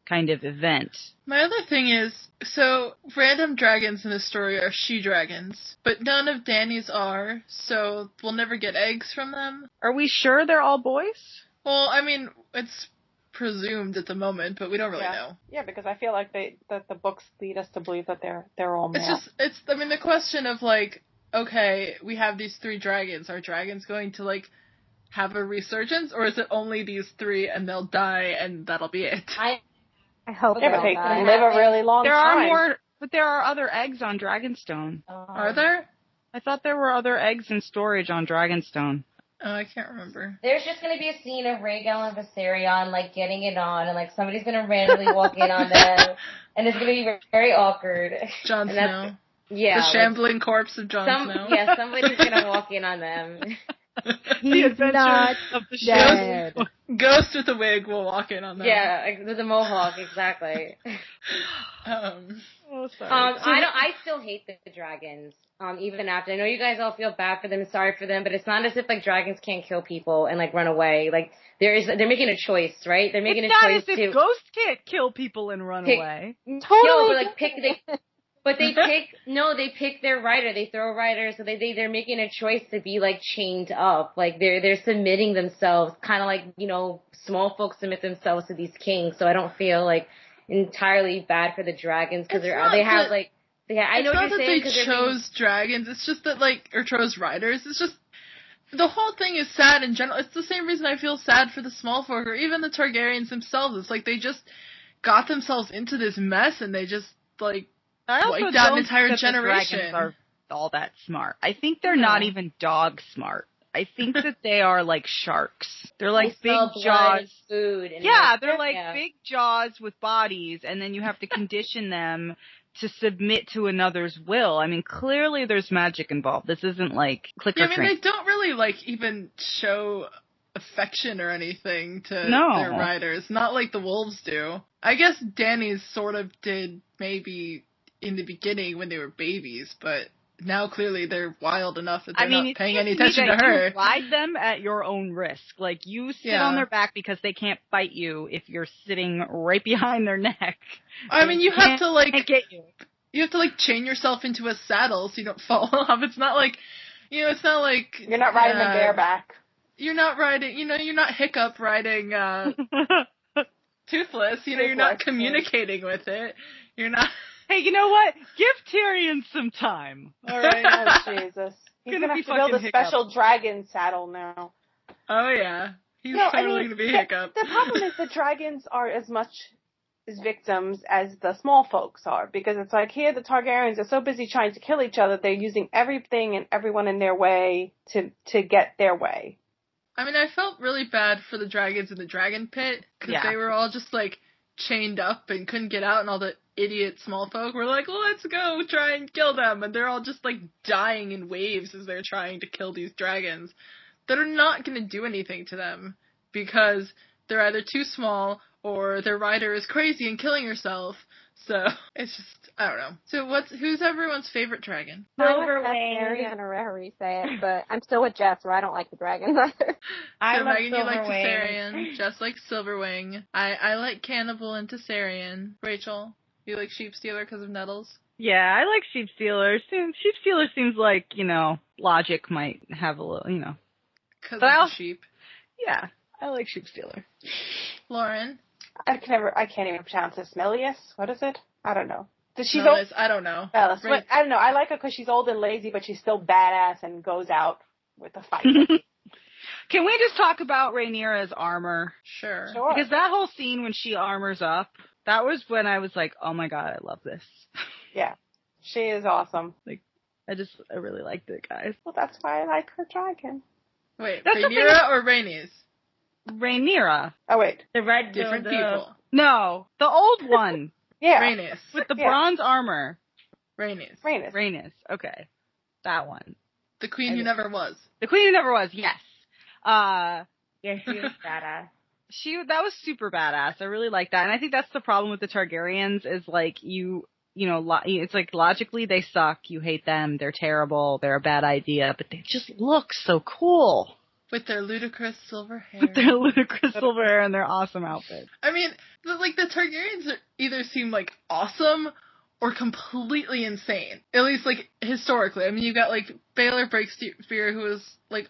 D: kind of event.
C: My other thing is, so random dragons in the story are she dragons, but none of Danny's are, so we'll never get eggs from them.
D: Are we sure they're all boys?
C: Well, I mean, it's presumed at the moment, but we don't really
I: Yeah.
C: know.
I: yeah, because I feel like they that the books lead us to believe that they're they're all male.
C: It's just, it's, I mean, the question of like, okay, we have these three dragons. Are dragons going to like have a resurgence, or is it only these three and they'll die and that'll be it?
H: I
G: I hope
I: yeah,
H: they're
I: but
H: all
I: they
H: guys.
I: live a really long
D: there
I: time.
D: are more, but there are other eggs on Dragonstone.
H: um,
C: Are there?
D: I thought there were other eggs in storage on Dragonstone.
C: Oh, I can't remember.
H: There's just gonna be a scene of Rhaegal and Viserion like getting it on, and like somebody's gonna randomly walk in on them, and it's gonna be very awkward.
C: Jon
H: And that's-
C: Snow,
H: Yeah,
C: the
H: like,
C: shambling corpse of Jon
H: some
C: Snow.
H: yeah, somebody's gonna walk in on them.
F: He's not
D: of the
F: dead.
C: Ghost with a wig will walk in on them.
H: Yeah, like, with the mohawk, exactly.
C: Um,
D: Oh, sorry.
H: Um, I don't. I still hate the, the dragons. Um, even after I know you guys all feel bad for them, sorry for them, but it's not as if like dragons can't kill people and like run away. Like there is, they're making a choice, right? They're making
D: it's
H: a
D: not
H: choice
D: as if
H: to
D: ghosts can't kill people and run
H: Pick-
D: away.
H: no, but like pick they. But they pick no, they pick their rider. They throw rider, so they, they they're making a choice to be like chained up. Like they're they're submitting themselves, kind of like you know small folks submit themselves to these kings. So I don't feel like entirely bad for the dragons because
C: It's
H: they're
C: not
H: they have
C: that-
H: like they ha- I know
C: it's
H: what
C: not
H: you're
C: that
H: saying
C: they
H: 'cause they're being-
C: chose dragons. It's just that like or chose riders. It's just the whole thing is sad in general. It's the same reason I feel sad for the small folk or even the Targaryens themselves. It's like they just got themselves into this mess and they just like
D: I also
C: wiped out an
D: don't
C: entire
D: think that the
C: generation.
D: dragons are all that smart. I think they're not
C: No.
D: even dog smart. I think that they are like sharks. They're
H: they
D: like big
H: smell blood and
D: jaws.
H: food. And
D: Yeah, they're like
H: yeah.
D: big jaws with bodies, and then you have to condition them to submit to another's will. I mean, clearly there's magic involved. This isn't like clicker
C: yeah, I mean
D: train.
C: they don't really like even show affection or anything to
D: No.
C: their riders. Not like the wolves do. I guess Danny's sort of did maybe in the beginning when they were babies, but now clearly they're wild enough that they're
D: I mean,
C: not
D: it
C: paying
D: seems
C: any
D: me
C: attention to
D: that
C: her.
D: You ride them at your own risk. Like you sit
C: Yeah.
D: on their back because they can't bite you if you're sitting right behind their neck.
C: I mean, you have
D: can't-
C: to like
D: Can't get you.
C: you have to like chain yourself into a saddle so you don't fall off. It's not like you know, it's not like
I: You're not riding
C: uh,
I: them bareback.
C: You're not riding. You know, you're not hiccup riding uh, toothless. You know, you're not
I: Toothless, yeah.
C: communicating with it. You're not.
D: hey, you know what? Give Tyrion some time.
I: All right, oh, Jesus. He's
D: Gonna
I: gonna,
D: be
I: have to build a
D: fucking Hiccup.
I: special dragon saddle now.
C: Oh yeah, he's
I: No, I
C: totally
I: mean,
C: gonna be
I: the-
C: hiccup.
I: The problem is the dragons are as much as victims as the small folks are because it's like here the Targaryens are so busy trying to kill each other they're using everything and everyone in their way to to get their way.
C: I mean, I felt really bad for the dragons in the dragon pit because
D: Yeah.
C: they were all just like chained up and couldn't get out, and all the idiot small folk were like, "Let's go try and kill them," and they're all just like dying in waves as they're trying to kill these dragons that are not going to do anything to them because they're either too small or their rider is crazy and killing herself. So it's just I don't know. So what's who's everyone's favorite dragon?
H: Silver
G: That's
H: Wing.
G: Even or however you say it, but I'm still with Jess, where I don't like the dragons either.
H: I
C: so
H: love
C: Megan, you like
H: Silverwing.
C: Tessarian, just like Silverwing. I I like Cannibal and Tessarian. Rachel, You like sheep stealer because of nettles?
D: Yeah, I like Sheep Stealer. Seems, Sheep Stealer seems like, you know, logic might have a little, you know.
C: Because of
D: But I
C: the
D: also-
C: sheep.
D: Yeah, I like Sheep Stealer.
C: Lauren?
I: I can never. I can't even pronounce this. Melius. What is it? I don't know. Does she's
C: No,
I: old?
C: Liz, I don't know.
I: Melius.
C: Right.
I: But I don't know. I like her because she's old and lazy, but she's still badass and goes out with the fight.
D: Can we just talk about Rhaenyra's armor?
C: Sure.
I: sure.
D: Because that whole scene when she armors up, that was when I was like, oh my god, I love this.
I: she is awesome.
D: I just, I really liked it, guys.
I: Well, that's why I like her dragon.
C: Wait,
D: That's the thing-
C: Rhaenyra or Rhaenys?
D: Rhaenyra.
I: Oh wait.
H: The red
C: Different
H: the-
C: people.
D: No, the old one
I: Yeah.
C: Rhaenys.
D: with the
I: Yeah.
D: bronze armor.
C: Rhaenys.
I: Rhaenys.
D: Rhaenys. Okay. That one.
C: The queen who never was.
D: The queen who never was, yes. Uh,
H: Yeah, she was badass.
D: she that was super badass. I really like that, and I think that's the problem with the Targaryens is like you you know lo- it's like logically they suck. You hate them. They're terrible. They're a bad idea, but they just look so cool.
C: With their ludicrous silver hair.
D: With their ludicrous silver hair and their awesome outfits.
C: I mean, the, like, the Targaryens are- either seem, like, awesome or completely insane. At least, like, historically. I mean, you got, like, Baylor Breakspear, who is, like,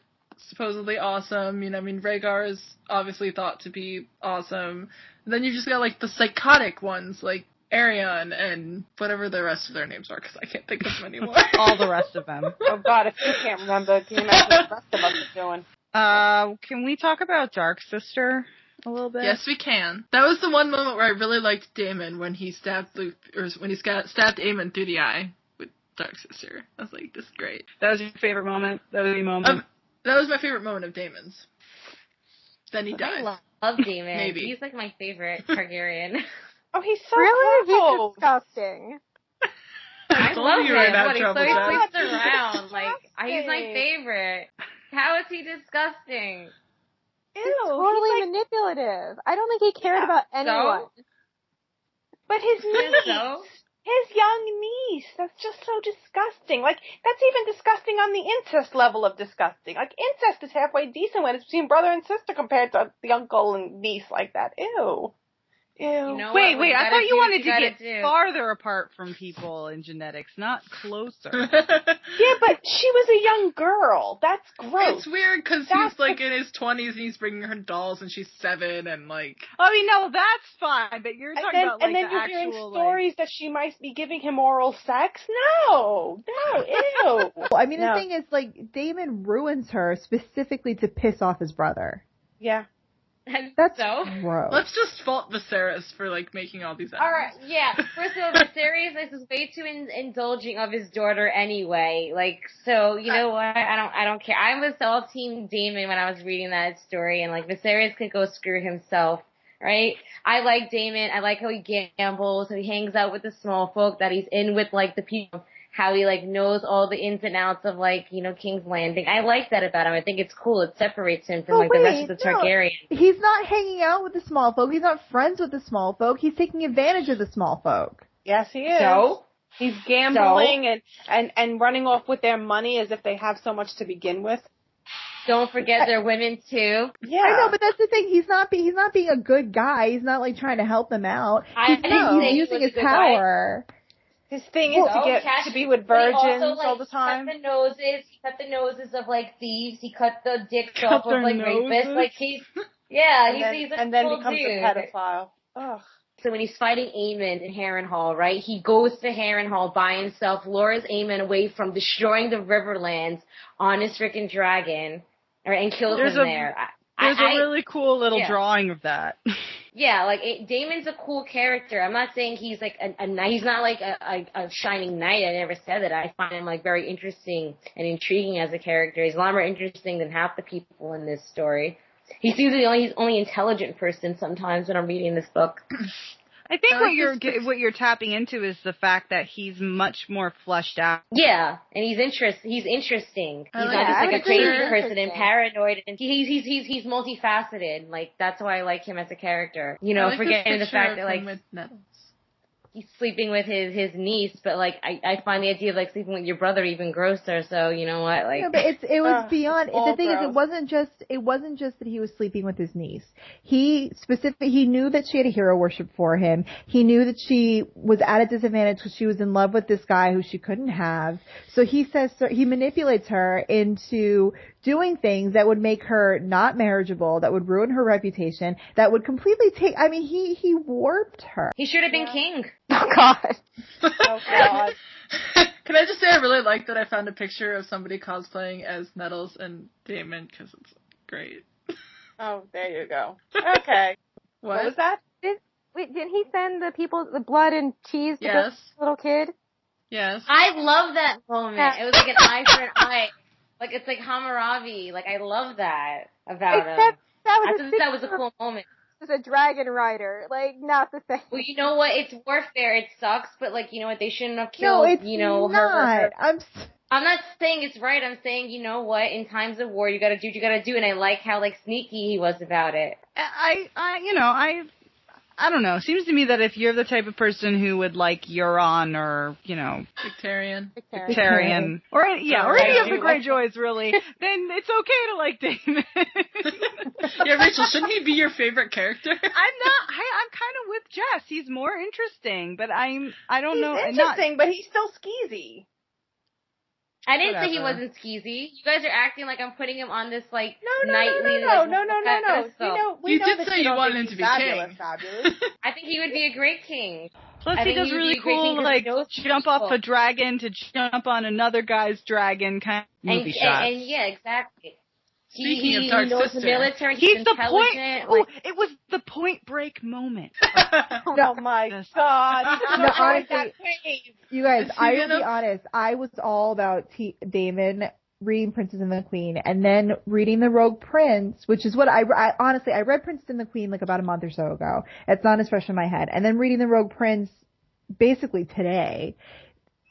C: supposedly awesome. You know, I mean, Rhaegar is obviously thought to be awesome. then you just got, like, the psychotic ones, like, Arion and whatever the rest of their names are, because I can't think of them anymore.
D: All the rest of them.
I: Oh God, if you can't remember, can you imagine what the rest of us are doing?
D: Uh, can we talk about Dark Sister a little bit?
C: Yes, we can. That was the one moment where I really liked Damon when he stabbed Luke, or when he sca- stabbed Aemon through the eye with Dark Sister. I was like, this is great.
D: That was your favorite moment. That was your moment.
C: Um, that was my favorite moment of Damon's. Then he
H: I
C: dies.
H: love, love Damon.
C: Maybe.
H: He's like my favorite Targaryan.
I: Oh, he's so
G: Really?
I: cool.
G: Disgusting.
H: I
C: told
H: love
C: you
H: him.
C: were in that
H: Like,
C: trouble,
H: so he
C: Jack.
H: sleeps around. Like he's my favorite. How is he disgusting?
I: Ew,
G: Totally
I: he's like,
G: manipulative. I don't think he cared about anyone.
I: but his
H: Just
I: niece,
H: so.
I: his young niece, that's just so disgusting. Like that's even disgusting on the incest level of disgusting. Like incest is halfway decent when it's between brother and sister compared to the uncle and niece like that. Ew, ew.
H: You know
D: Wait,
H: what?
D: wait.
H: You
D: I
H: gotta
D: thought you
H: do what
D: wanted to
H: gotta
D: get
H: do.
D: farther apart from people in genetics, not closer.
I: yeah, but she was a young girl. That's gross.
C: it's weird because he's
I: That's-
C: like in his twenties and he's bringing her dolls and she's seven and like
D: I mean, no, Oh, that's fine. But you're talking
I: and then,
D: about like
I: and then
D: the
I: you're
D: actual
I: hearing
D: like-
I: stories that she might be giving him oral sex. No, no, ew.
F: Well, I mean, the
I: No.
F: thing is, like, Damon ruins her specifically to piss off his brother.
I: Yeah.
H: And
F: That's
H: so.
F: gross.
C: let's just fault Viserys for like making all these.
H: All right,
C: animals.
H: yeah. First of all, Viserys is way too in- indulging of his daughter anyway. Like, so you know what? I don't, I don't care. I was all team Damon when I was reading that story, and like Viserys could go screw himself, right? I like Damon. I like how he gambles, how he hangs out with the small folk, that he's in with like the people, how he like knows all the ins and outs of like you know King's Landing. I like that about him. I think it's cool. It separates him from
F: Oh,
H: like the rest
F: wait,
H: of the
F: no.
H: Targaryens.
F: He's not hanging out with the small folk. He's not friends with the small folk. He's taking advantage of the small folk.
I: Yes, he is.
H: So?
I: He's gambling and, and, and running off with their money as if they have so much to begin with.
H: Don't forget they're women too.
I: Yeah.
F: I know, but that's the thing. He's not being he's not being a good guy. He's not like trying to help them out.
H: I
F: He's,
H: didn't
F: he's
H: say he
F: using
H: was a
F: his
H: good guy.
F: power.
I: His thing is
H: Well,
I: to get
H: Cash-
I: to be with
H: But he
I: virgins
H: also, like,
I: all the time.
H: Cut the noses. He cut the noses of like thieves. He cut the dicks
D: Cut
H: off of
D: their
H: like
D: noses?
H: rapists. Like he's yeah,
I: and
H: he's,
I: then,
H: he's a
I: and then
H: cool
I: becomes
H: dude.
I: a pedophile. Ugh.
H: So when he's fighting Aemon in Harrenhal, right? He goes to Harrenhal by himself, lures Aemon away from destroying the Riverlands on his freaking dragon, or and kills
D: There's
H: him
D: a-
H: there. I-
D: There's
H: I-
D: a really cool little
H: yeah.
D: drawing of that.
H: yeah, like it, Damon's a cool character. I'm not saying he's like a, a knight- he's not like a, a, a shining knight. I never said that. I find him like very interesting and intriguing as a character. He's a lot more interesting than half the people in this story. He seems to be the only, he's the only intelligent person sometimes when I'm reading this book.
D: I think
C: I
D: what
C: like
D: you're
C: this
D: ge- what you're tapping into is the fact that he's much more fleshed out.
H: Yeah, and he's interest he's interesting.
C: I
H: He's
C: like
H: not
C: that.
H: just
C: Oh, I
H: like
C: would
H: a
C: agree
H: crazy
C: he's
H: person and
G: interesting.
H: paranoid, and he- he's he's he's he's multifaceted. Like that's why I like him as a character. You
C: I
H: know,
C: like this
H: forgetting the
C: picture
H: fact
C: of
H: that
C: him
H: like
C: with nettles.
H: sleeping with his his niece, but like I I find the idea of like sleeping with your brother even grosser. So you know what, like
F: No, but it's it was
I: Ugh,
F: beyond.
I: it's Ah, all
F: the thing is, it
I: gross.
F: wasn't just it wasn't just that he was sleeping with his niece. He specific he knew that she had a hero worship for him. He knew that she was at a disadvantage because she was in love with this guy who she couldn't have. So he says so he manipulates her into doing things that would make her not marriageable, that would ruin her reputation, that would completely take. I mean, he he warped her.
H: he should have been king.
I: Oh God. Oh God.
C: Can I just say I really like that I found a picture of somebody cosplaying as Nettles and Damon because it's great.
I: Oh, there you go. Okay.
C: What?
I: what was that?
G: Wait, didn't he send the people the blood and cheese to
C: Yes.
G: the little kid?
C: Yes.
I: Ah.
H: I love that moment.
G: Yeah.
H: It was like an eye for an eye. Like it's like Hammurabi. Like I love that about him.
G: Except that
H: I
G: was
H: thought
G: a
H: that was a cool moment.
G: was a dragon rider, like not the same.
H: Well, you know what? It's warfare. It sucks, but like, you know what? They shouldn't have
F: No,
H: killed.
F: it's
H: you know, her-
F: not.
H: her- her.
F: I'm. s-
H: I'm not saying it's right. I'm saying, you know what? In times of war, you gotta do what you gotta do. And I like how like sneaky he was about it.
D: I, I, you know, I, I don't know. It seems to me that if you're the type of person who would like Euron or you know
C: Victorian.
G: Victorian.
D: Tyrion or any- yeah or
C: Sorry,
D: any of the
C: you
D: Greyjoys really, then it's okay to like Damon.
C: Yeah, Rachel, shouldn't he be your favorite character?
D: I'm not. I, I'm kind of with Jess. He's more interesting, but I'm. I don't
I: He's
D: know. and Not,
I: interesting, but he's still skeezy.
H: I didn't say he
D: Whatever.
H: wasn't skeezy. You guys are acting like I'm putting him on this like
I: No, no, no,
H: nightly.
I: no, no,
H: like,
I: no, no, no, no.
H: pedestal.
I: We know, we
C: You
I: know
C: did
I: that
C: say
I: you
C: you
I: don't
C: wanted
I: think
C: him to
I: he's
C: be
I: fabulous,
C: king.
I: fabulous.
H: I think he would be a great king.
D: Plus,
H: I
D: he
H: think
D: does
H: he would
D: really
H: be a great
D: cool,
H: thing 'cause
D: like
H: he knows
D: jump
H: people.
D: off a dragon to jump on another guy's dragon kind of
H: And,
D: movie shot.
H: and, and yeah, exactly. He,
C: Speaking of
H: he,
C: Dark
H: he knows
C: Sister,
H: the military. He's,
D: He's the point.
H: intelligent,
D: Ooh,
H: like-
D: it was the Point Break moment.
I: Oh my
D: Yes.
I: God.
F: No, honestly,
I: that wave.
F: You guys,
C: Is he
F: I will
C: gonna-
F: be honest. I was all about T- Damon reading Princess and the Queen, and then reading the Rogue Prince, which is what I, I honestly I read Princess and the Queen like about a month or so ago. It's not as fresh in my head, and then reading the Rogue Prince basically today.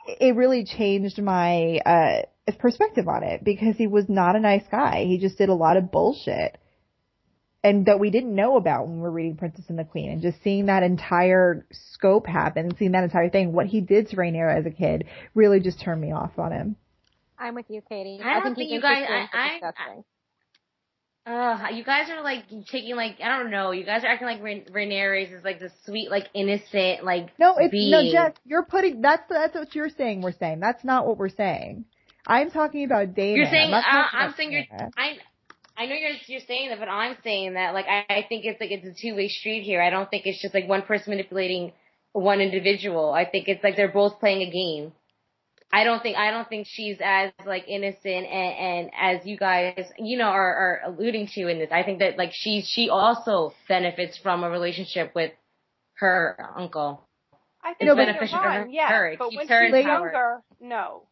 F: It really changed my uh perspective on it because he was not a nice guy. He just did a lot of bullshit. And that we didn't know about when we were reading Princess and the Queen and just seeing that entire scope happen, seeing that entire thing, what he did to Rhaenyra as a kid really just turned me off on him.
G: I'm with you, Katie.
H: I don't
G: think,
H: think
G: he's
H: you guys-
G: interesting, but
H: I- I-
G: disgusting.
H: Ugh, you guys are like taking like I don't know. You guys are acting like Ren- Rhaenyra's is like this sweet, like innocent, like
F: No, it's
H: being.
F: no, Jeff. You're putting that's that's what you're saying. We're saying that's not what we're saying. I'm talking about Damon.
H: You're saying
F: I'm, not
H: I,
F: talking
H: I'm
F: about
H: saying you're.
F: Rhaenyra.
H: I I know you're you're saying that, but I'm saying that like I, I think it's like it's a two way street here. I don't think it's just like one person manipulating one individual. I think it's like they're both playing a game. I don't think I don't think she's as like innocent and, and as you guys you know are, are alluding to in this. I think that like she she also benefits from a relationship with her uncle.
I: I
H: It's
I: think no,
H: beneficial to her-
I: yeah,
H: her. It
I: but
H: keeps
I: when
H: her
I: she's
H: in power.
I: younger, no.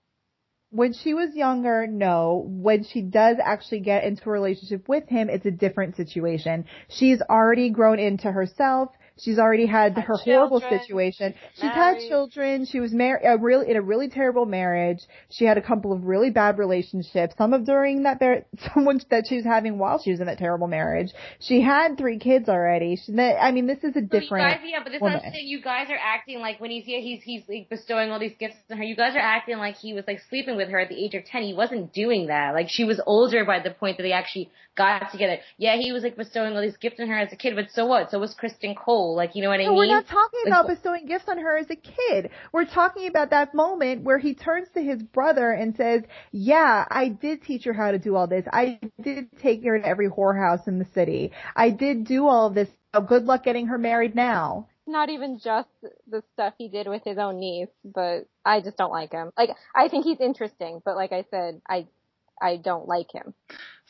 F: When she was younger, no. When she does actually get into a relationship with him, it's a different situation. She's already grown into herself. She's already had
I: Had
F: her horrible
I: children.
F: situation.
I: She's
F: She's had
I: married.
F: children. She was married a real in a really terrible marriage. She had a couple of really bad relationships. Some of during that bar- someone that she was having while she was in that terrible marriage. She had three kids already. She, I mean, this is a
H: So
F: different.
H: You guys, yeah, but this is what I'm
F: woman.
H: saying. You guys are acting like when he's here, he's he's like bestowing all these gifts on her. You guys are acting like he was like sleeping with her at the age of ten. He wasn't doing that. Like she was older by the point that they actually got together. Yeah, he was like bestowing all these gifts on her as a kid, but so what? So was Kristen Cole. Like you know what I
F: No,
H: mean?
F: we're not talking
H: Like,
F: about bestowing gifts on her as a kid. We're talking about that moment where he turns to his brother and says, yeah, I did teach her how to do all this. I did take her to every whorehouse in the city. I did do all this. Oh, good luck getting her married now.
G: Not even just the stuff he did with his own niece, but I just don't like him. Like I think he's interesting, but like I said, I I don't like him.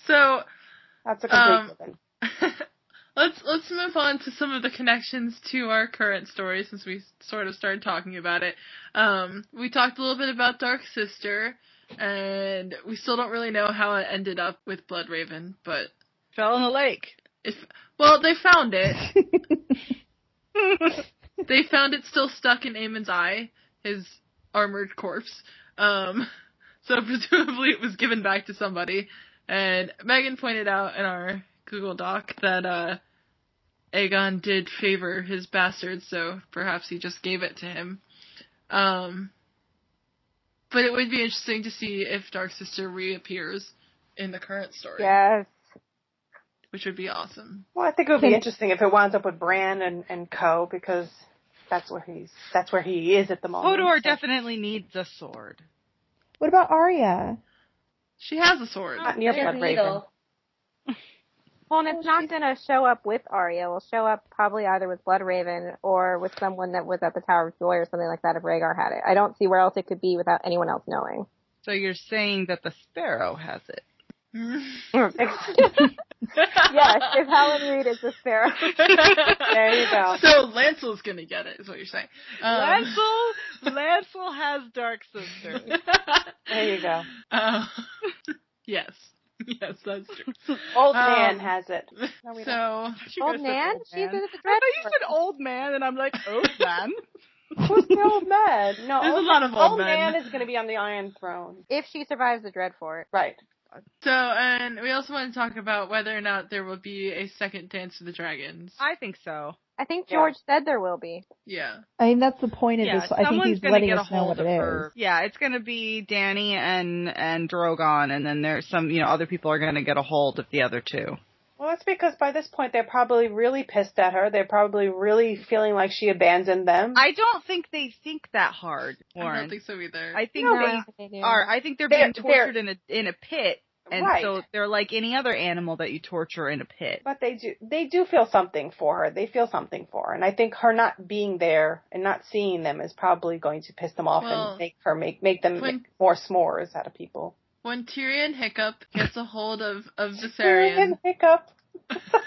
C: so
I: That's a
C: Um,
I: complete given.
C: let's let's move on to some of the connections to our current story since we sort of started talking about it. Um, we talked a little bit about Dark Sister, and we still don't really know how it ended up with Blood Raven, but
D: Fell in the lake.
C: if well, they found it. they found it still stuck in Aemon's eye, his armored corpse. Um, so presumably it was given back to somebody. And Megan pointed out in our Google Doc that uh, Aegon did favor his bastard, so perhaps he just gave it to him. Um, but it would be interesting to see if Dark Sister reappears in the current story,
I: Yes.
C: which would be awesome.
I: Well, I think it would be interesting if it winds up with Bran and, and Co. because that's where he's that's where he is at the moment.
D: Hodor
I: So-
D: definitely needs a sword.
F: What about Arya?
C: She has a sword.
I: Not near
H: There's
I: Blood
H: Needle.
I: Raven.
G: Well, and it's not gonna show up with Arya. It'll show up probably either with Bloodraven or with someone that was at the Tower of Joy or something like that. If Rhaegar had it, I don't see where else it could be without anyone else knowing.
D: So you're saying that the Sparrow has it?
G: yes, if Helen Reed is the Sparrow.
I: there you go.
C: So Lancel's gonna get it, is what you're saying. Um,
D: Lancel, Lancel has Dark Sister.
I: There you go.
C: Uh, yes, yes, that's true.
I: Old
C: Um,
I: man has it. No, we don't.
C: So
G: Old Nan? She's good at the
D: I
G: dread.
D: thought you said old man, and I'm like, old man.
I: Who's the old man? No,
C: There's a
I: old,
C: lot of old men.
I: man is going to be on the Iron Throne.
G: If she survives the Dreadfort.
I: Right.
C: so, and we also want to talk about whether or not there will be a second Dance of the Dragons.
D: I think so.
G: I think
I: Yeah.
G: George said there will be.
C: Yeah,
F: I mean, that's the point of
D: Yeah,
F: this. I think
D: someone's
F: he's
D: gonna
F: letting
D: get a
F: us know
D: hold
F: what
D: of
F: it is.
D: her. Yeah, it's gonna be Danny and and Drogon, and then there's some, you know, other people are gonna get a hold of the other two.
I: Well, that's because by this point they're probably really pissed at her. They're probably really feeling like she abandoned them.
D: I don't think they think that hard, Warren.
C: I don't think so either.
D: I think
G: No,
D: they
G: I think they do.
D: are. I think they're, being
I: They're-
D: tortured in a in a pit, and
I: Right.
D: so they're like any other animal that you torture in a pit.
I: but they do they do feel something for her. They feel something for her, and I think her not being there and not seeing them is probably going to piss them off
C: Well,
I: and make her make make them
C: when-
I: make more s'mores out of people.
C: when Tyrion Hiccup gets a hold of of
I: Tyrion
C: Viserion,
I: Hiccup.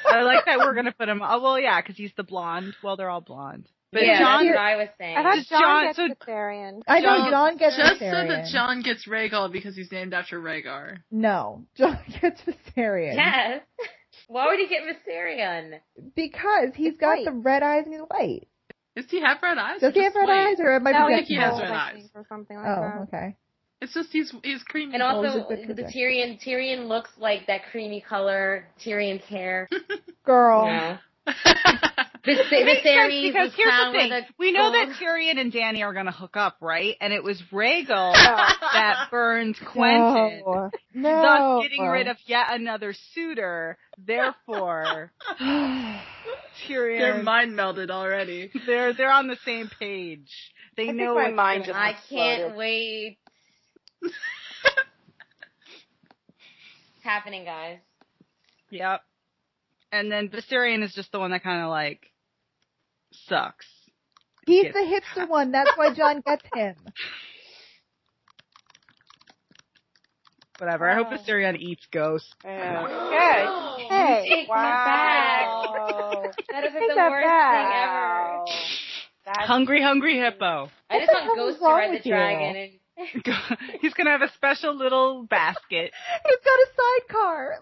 D: I like that we're gonna put him. Oh well, yeah, because he's the blonde. Well, they're all blonde. But
H: yeah,
D: John,
H: that's what I was saying.
G: I thought
D: Does
G: John,
D: John-
G: gets
D: so-
G: the Therian.
F: I know
C: John-
F: John gets
C: just so
F: Viserion.
C: that John gets Rhaegal because he's named after Rhaegar.
F: No, John gets Viserion
H: Yes. Why would he get Viserion?
F: because he's
G: It's
F: got
G: white.
F: the red eyes and he's white.
C: Does he have red eyes?
F: Does
C: or
F: he have
C: just
F: red
C: white?
F: eyes, or am I
G: No,
C: think
F: projecting?
C: he has
G: gold,
C: red
G: I
C: eyes.
G: think, Or something like
F: Oh,
G: that.
F: okay.
C: It's just he's he's creamy.
H: And
F: Or is
H: also,
F: it the
H: the
F: projection?
H: Tyrion Tyrion looks like that creamy color. Tyrion's hair.
F: Girl,
H: Yeah. Vis- Viserys
D: because
H: was
D: here's the
H: found with
D: thing:
H: a
D: we know that
H: gold-
D: Tyrion and Danny are gonna hook up, right? And it was Rhaegal that burns Quentin,
F: no,
D: thus
F: no.
D: getting rid of yet another suitor. Therefore, Tyrion,
C: They're mind melded already.
D: they're they're on the same page. They
I: I think
D: know
I: my
D: what's
I: mind
D: gonna
I: just-
H: I can't
I: Exploded.
H: wait. it's happening, guys.
D: Yep. And then Viserion is just the one that kind of like sucks.
F: He's the hipster one. That's why John gets him.
D: Whatever. I hope Viserion eats ghosts.
I: Okay.
G: Hey,
H: Take
I: Wow.
H: me back. That is the
G: Take
H: worst
G: that
H: thing ever.
I: Wow. That's
D: Hungry, hungry hippo.
H: I just
F: the hell
H: want Ghost
F: is
H: to
F: wrong
H: ride
F: with
H: the
F: you?
H: dragon. And
D: He's gonna have a special little basket.
F: He's got a sidecar.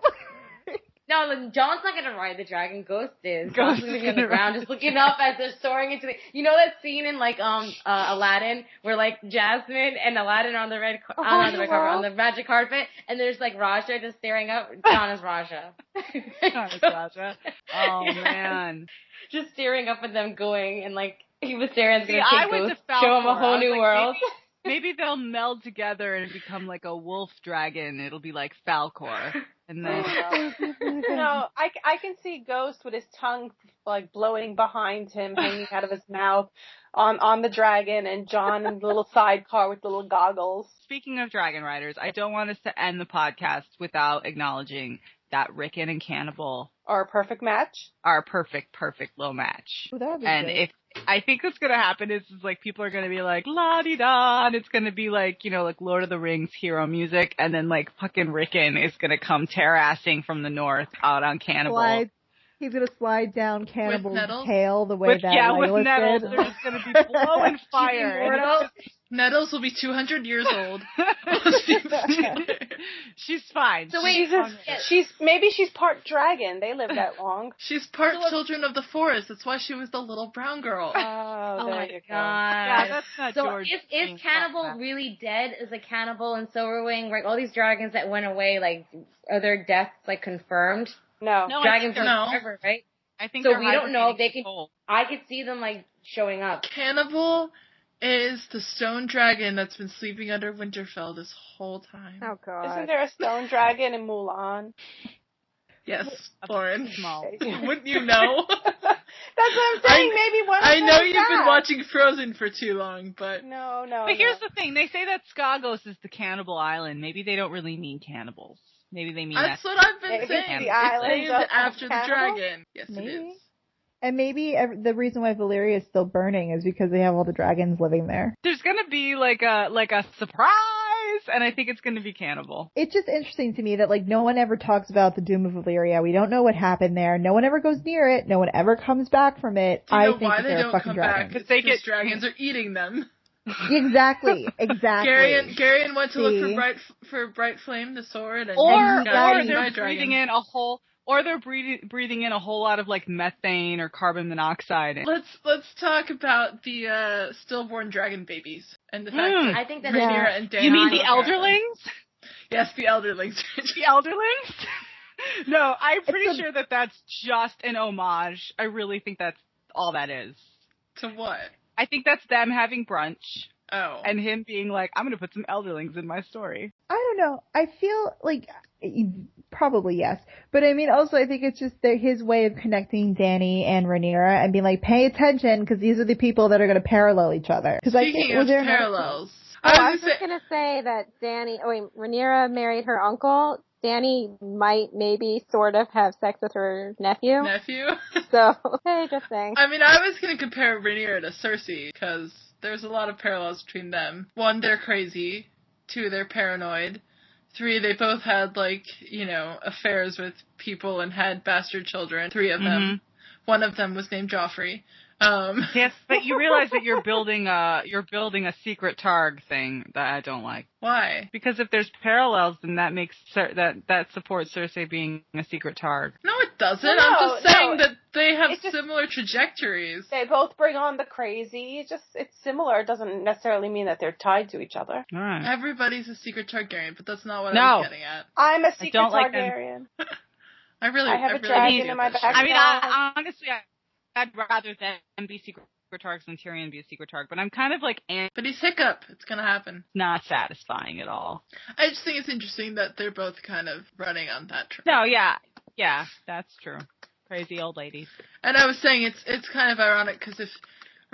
H: No, look, John's not gonna ride the dragon. Ghost is.
D: Ghost
H: Ghost
D: is
H: is on
D: gonna
H: the ground,
D: ride
H: just looking up as they're soaring into the. You know that scene in like um uh, Aladdin, where like Jasmine and Aladdin are on the red, car- uh, on the red carpet, on the magic carpet, and there's like Raja just staring up. John is Raja.
D: Thomas Raja. Oh man.
H: just staring up at them going, and like he was staring. at
D: See,
H: gonna
D: I
H: take
D: went
H: Ghost,
D: to
H: show him
D: Falcor.
H: a
D: I
H: whole
D: was
H: new
D: like,
H: world.
D: Maybe they'll meld together and become like a wolf dragon. It'll be like Falcor. And then
I: no, I, I can see Ghost with his tongue like blowing behind him, hanging out of his mouth on on the dragon, and John in the little sidecar with the little goggles.
D: speaking of dragon riders, I don't want us to end the podcast without acknowledging that Rickon and Cannibal
I: Or a perfect match.
D: are a perfect, perfect little match.
F: Ooh, that would be
D: And
F: good.
D: if I think what's gonna happen is, is like people are gonna be like la di da, and it's gonna be like you know like Lord of the Rings hero music, and then like fucking Rickon is gonna come terrassing from the north out on Cannibal.
F: Slide- He's gonna slide down Cannibal's
C: nettles?
F: tail the way
D: With,
F: that
D: yeah,
F: Legolas
D: with nettles,
F: did.
D: they're just gonna be blowing fire. And
H: Mortal.
C: Nettles will be 200 years old.
D: she's fine.
H: So
D: She's
H: wait,
I: Jesus,
H: yeah,
I: she's maybe she's part dragon. They live that long.
C: She's part
H: So what-
C: children of the forest. That's why she was the little brown girl.
I: Oh,
H: oh
I: there
H: my
I: you go.
D: yeah,
H: god.
D: that's not
H: So
D: George.
H: is
D: being
H: is Cannibal
D: fucked up.
H: really dead? Is a cannibal in Silverwing like all these dragons that went away? Like are their deaths like confirmed?
I: No,
D: No, I
H: dragons
D: think
H: are
C: no.
H: forever, right?
D: I think
H: So
D: they're
H: we don't know if they
D: hibernating
H: can-
D: cold.
H: I could see them like showing up.
C: Cannibal is the stone dragon that's been sleeping under Winterfell this whole time.
G: Oh
I: Isn't
G: god.
I: there a stone dragon in Mulan?
C: Yes,
D: A
C: Lauren.
D: Small.
C: Wouldn't you know?
I: That's what I'm saying.
C: I-
I: Maybe one. Of
C: I
I: them
C: know
I: is
C: you've been
I: that.
C: watching Frozen for too long, but
I: No, no.
D: But here's
I: no.
D: the thing: they say that Skagos is the cannibal island. Maybe they don't really mean cannibals. Maybe they mean
C: that's
D: that.
C: what I've been
I: Maybe it's
C: saying.
D: the
C: It's
I: island
C: named
I: of
C: after the
I: cannibals?
C: dragon. Yes, it
F: Maybe.
C: is.
F: And maybe ev- the reason why Valyria is still burning is because they have all the dragons living there.
D: There's gonna be like a like a surprise, and I think it's gonna be cannibal.
F: It's just interesting to me that like no one ever talks about the doom of Valyria. We don't know what happened there. No one ever goes near it. No one ever comes back from it.
C: Do you
F: I
C: know
F: think
C: why
F: that
C: they
F: they're
C: don't
F: fucking
C: come back?
F: dragons.
C: Because
D: They get-
C: dragons are eating them.
F: Exactly. Exactly.
C: Garion, Garion went to look for
F: See?
C: bright for bright flame, the sword, and
D: Or
C: got
D: or
C: eaten by
D: they're
C: a
D: breathing in
C: dragon.
D: a whole or they're breathing breathing in a whole lot of like methane or carbon monoxide.
C: Let's let's talk about the uh, stillborn dragon babies and the fact
D: Mm.
C: that
H: I think that's
C: Rhaenyra
F: Yeah.
C: and Dan.
D: you mean the
C: are-
D: elderlings?
C: Yes, the elderlings.
D: The elderlings? no, I'm pretty
F: a-
D: sure that that's just an homage. I really think that's all that is.
C: to what?
D: I think that's them having brunch
C: Oh,
D: and him being like, "I'm gonna put some elderlings in my story."
F: I don't know. I feel like probably yes, but I mean also I think it's just that his way of connecting Danny and Rhaenyra and being like, pay attention because these are the people that are going to parallel each other. Because I think
C: speaking
F: was
C: of
F: there another-
C: parallels,
G: Oh,
C: I
G: I
C: was
G: was
C: gonna
G: just
C: say
G: gonna say that Danny. Oh wait, Rhaenyra married her uncle. Danny might, maybe, sort of have sex with her nephew.
C: nephew.
G: So, hey, just saying.
C: I mean, I was gonna compare Rhaenyra to Cersei because there's a lot of parallels between them. One, they're crazy. Two, they're paranoid. Three, they both had like you know affairs with people and had bastard children. Three of them.
I: Mm-hmm.
C: One of them was named Joffrey. Um,
D: Yes, but you realize that you're building a you're building a secret targ thing that I don't like.
C: why?
D: Because if there's parallels, then that makes Cer- that that supports Cersei being a secret targ.
C: No, it doesn't.
I: No,
C: I'm just
I: no,
C: saying
I: it-
C: that they have
I: it's just-
C: similar trajectories.
I: They both bring on the crazy. It's Just it's similar. It doesn't necessarily mean that they're tied to each other.
D: All right.
C: Everybody's a secret Targaryen, but that's not what I
D: No.
C: was getting at.
I: I'm a secret
D: don't like them.
I: Targaryen.
C: I really,
I: I have
C: I
I: a
C: really
I: dragon
C: do
I: in my
C: appreciate
I: back.
D: I mean, I, honestly, I, I'd rather them be secret targs than Tyrion be a secret targ, but I'm kind of like eh,
C: But he's hiccup. It's gonna happen.
D: not satisfying at all.
C: I just think it's interesting that they're both kind of running on that track.
D: No, yeah, yeah, that's true. Crazy old ladies.
C: And I was saying it's it's kind of ironic because if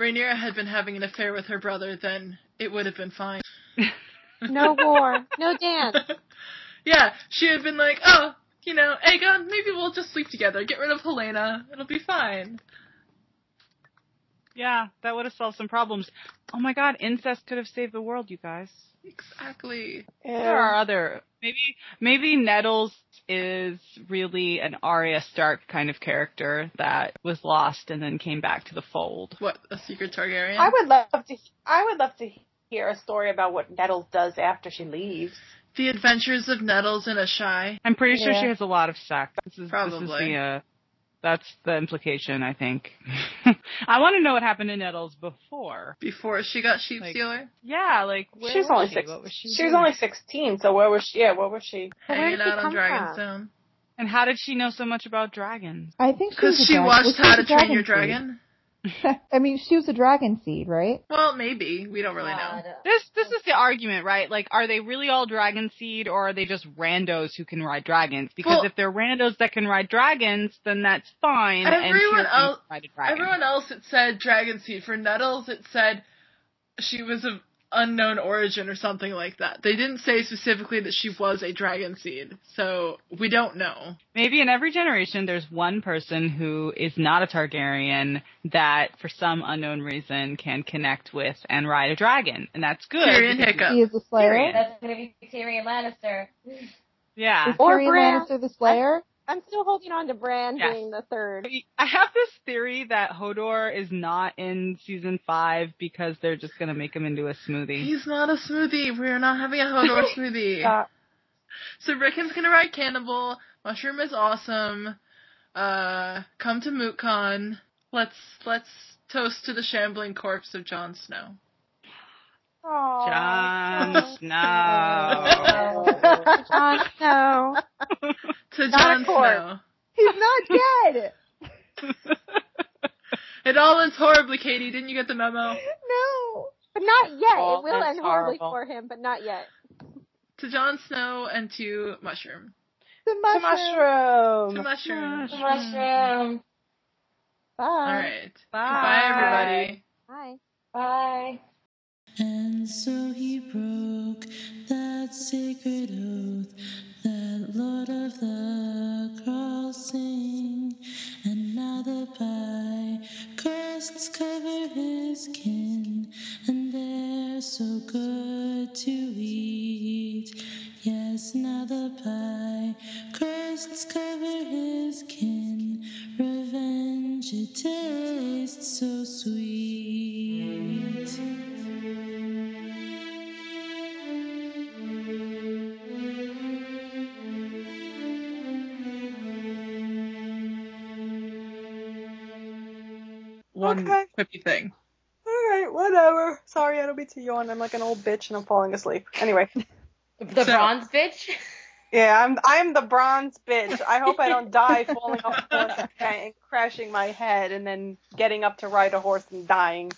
C: Rhaenyra had been having an affair with her brother, then it would have been fine.
G: No war, no dance.
C: Yeah, she had been like, oh, you know, Aegon, maybe we'll just sleep together. Get rid of Helena. It'll be fine.
D: Yeah, that would have solved some problems. Oh my god, incest could have saved the world, you guys.
C: Exactly.
D: There
I: Yeah.
D: are other maybe maybe Nettles is really an Arya Stark kind of character that was lost and then came back to the fold.
C: What a secret Targaryen.
I: I would love to. I would love to hear a story about what Nettles does after she leaves.
C: the Adventures of Nettles and Ashai.
D: I'm pretty sure
I: Yeah.
D: she has a lot of sex. This is, This is
C: Probably.
D: the, uh, that's the implication, I think. I want to know what happened to Nettles before.
C: Before she got sheep
D: Like-
C: stealer,
D: Yeah, like where
I: she was
D: was
I: only
D: she?
I: six.
D: What was she?
I: she was
D: doing?
I: only sixteen. So where was she? Yeah, where was she?
G: But where
C: hanging
G: did she
C: out on
G: come
C: Dragonstone.
D: And how did she know so much about dragons?
F: I think she
C: Because
F: was a
C: she
F: drag- well,
C: watched
F: she was
C: How
F: a
C: to Train Your
F: seed.
C: Dragon.
F: I mean, she was a dragon seed, right?
C: Well, maybe we don't really know.
H: God.
D: This this is the argument, right? Like, are they really all dragon seed, or are they just randos who can ride dragons? Because
C: Well-
D: if they're randos that can ride dragons, then that's fine. and
C: Everyone
D: Tyrion can
C: else-
D: ride a dragon.
C: Everyone else, it said dragon seed. For Nettles, it said she was of unknown origin or something like that. They didn't say specifically that she was a dragon seed, so we don't know.
D: Maybe in every generation, there's one person who is not a Targaryen that, for some unknown reason, can connect with and ride a dragon, and that's good.
C: Tyrion
D: because-
C: Hiccup.
F: She is the Slayer.
D: Tyrion.
H: That's gonna be Tyrion Lannister.
D: Yeah.
F: Is
G: Or
F: Tyrion
G: Bran.
F: Lannister the Slayer?
G: I'm still holding on to Bran
D: Yes.
G: being the third.
D: I have this theory that Hodor is not in season five because they're just gonna make him into a smoothie.
C: He's not a smoothie. We're not having a Hodor smoothie.
I: Uh,
C: So Rickon's gonna ride Cannibal. Mushroom is awesome. Uh, come to MootCon. Let's let's toast to the shambling corpse of Jon Snow.
I: aw,
D: Jon Snow.
I: Snow.
G: Jon Snow.
C: To
G: Not a
C: Jon
G: corpse.
C: Snow.
F: He's not dead.
C: It all ends horribly, Katie. Didn't you get the memo?
F: No.
G: But not yet.
J: Oh,
G: it will
J: that's
G: end horribly
J: horrible.
G: for him, but not yet.
C: To Jon Snow and to Mushroom.
F: The
J: To
F: mushroom.
C: To
J: mushroom.
D: Hmm.
C: Mushroom.
H: Mushroom.
G: Bye.
C: All right. Bye,
K: Bye.
C: everybody.
G: Bye.
H: Bye.
L: And so he broke that sacred oath, that Lord of the Crossing. And now the by crests cover his kin, and they're so good to eat. Yes, now the by crests cover his kin, revenge it tastes so sweet.
C: One
J: Okay.
C: quippy thing.
J: Alright, whatever. Sorry, I don't mean to yawn. I'm like an old bitch and I'm falling asleep. Anyway.
H: The
C: So-
H: bronze bitch.
J: Yeah, I'm I'm the bronze bitch. I hope I don't die falling off a horse and crashing my head and then getting up to ride a horse and dying.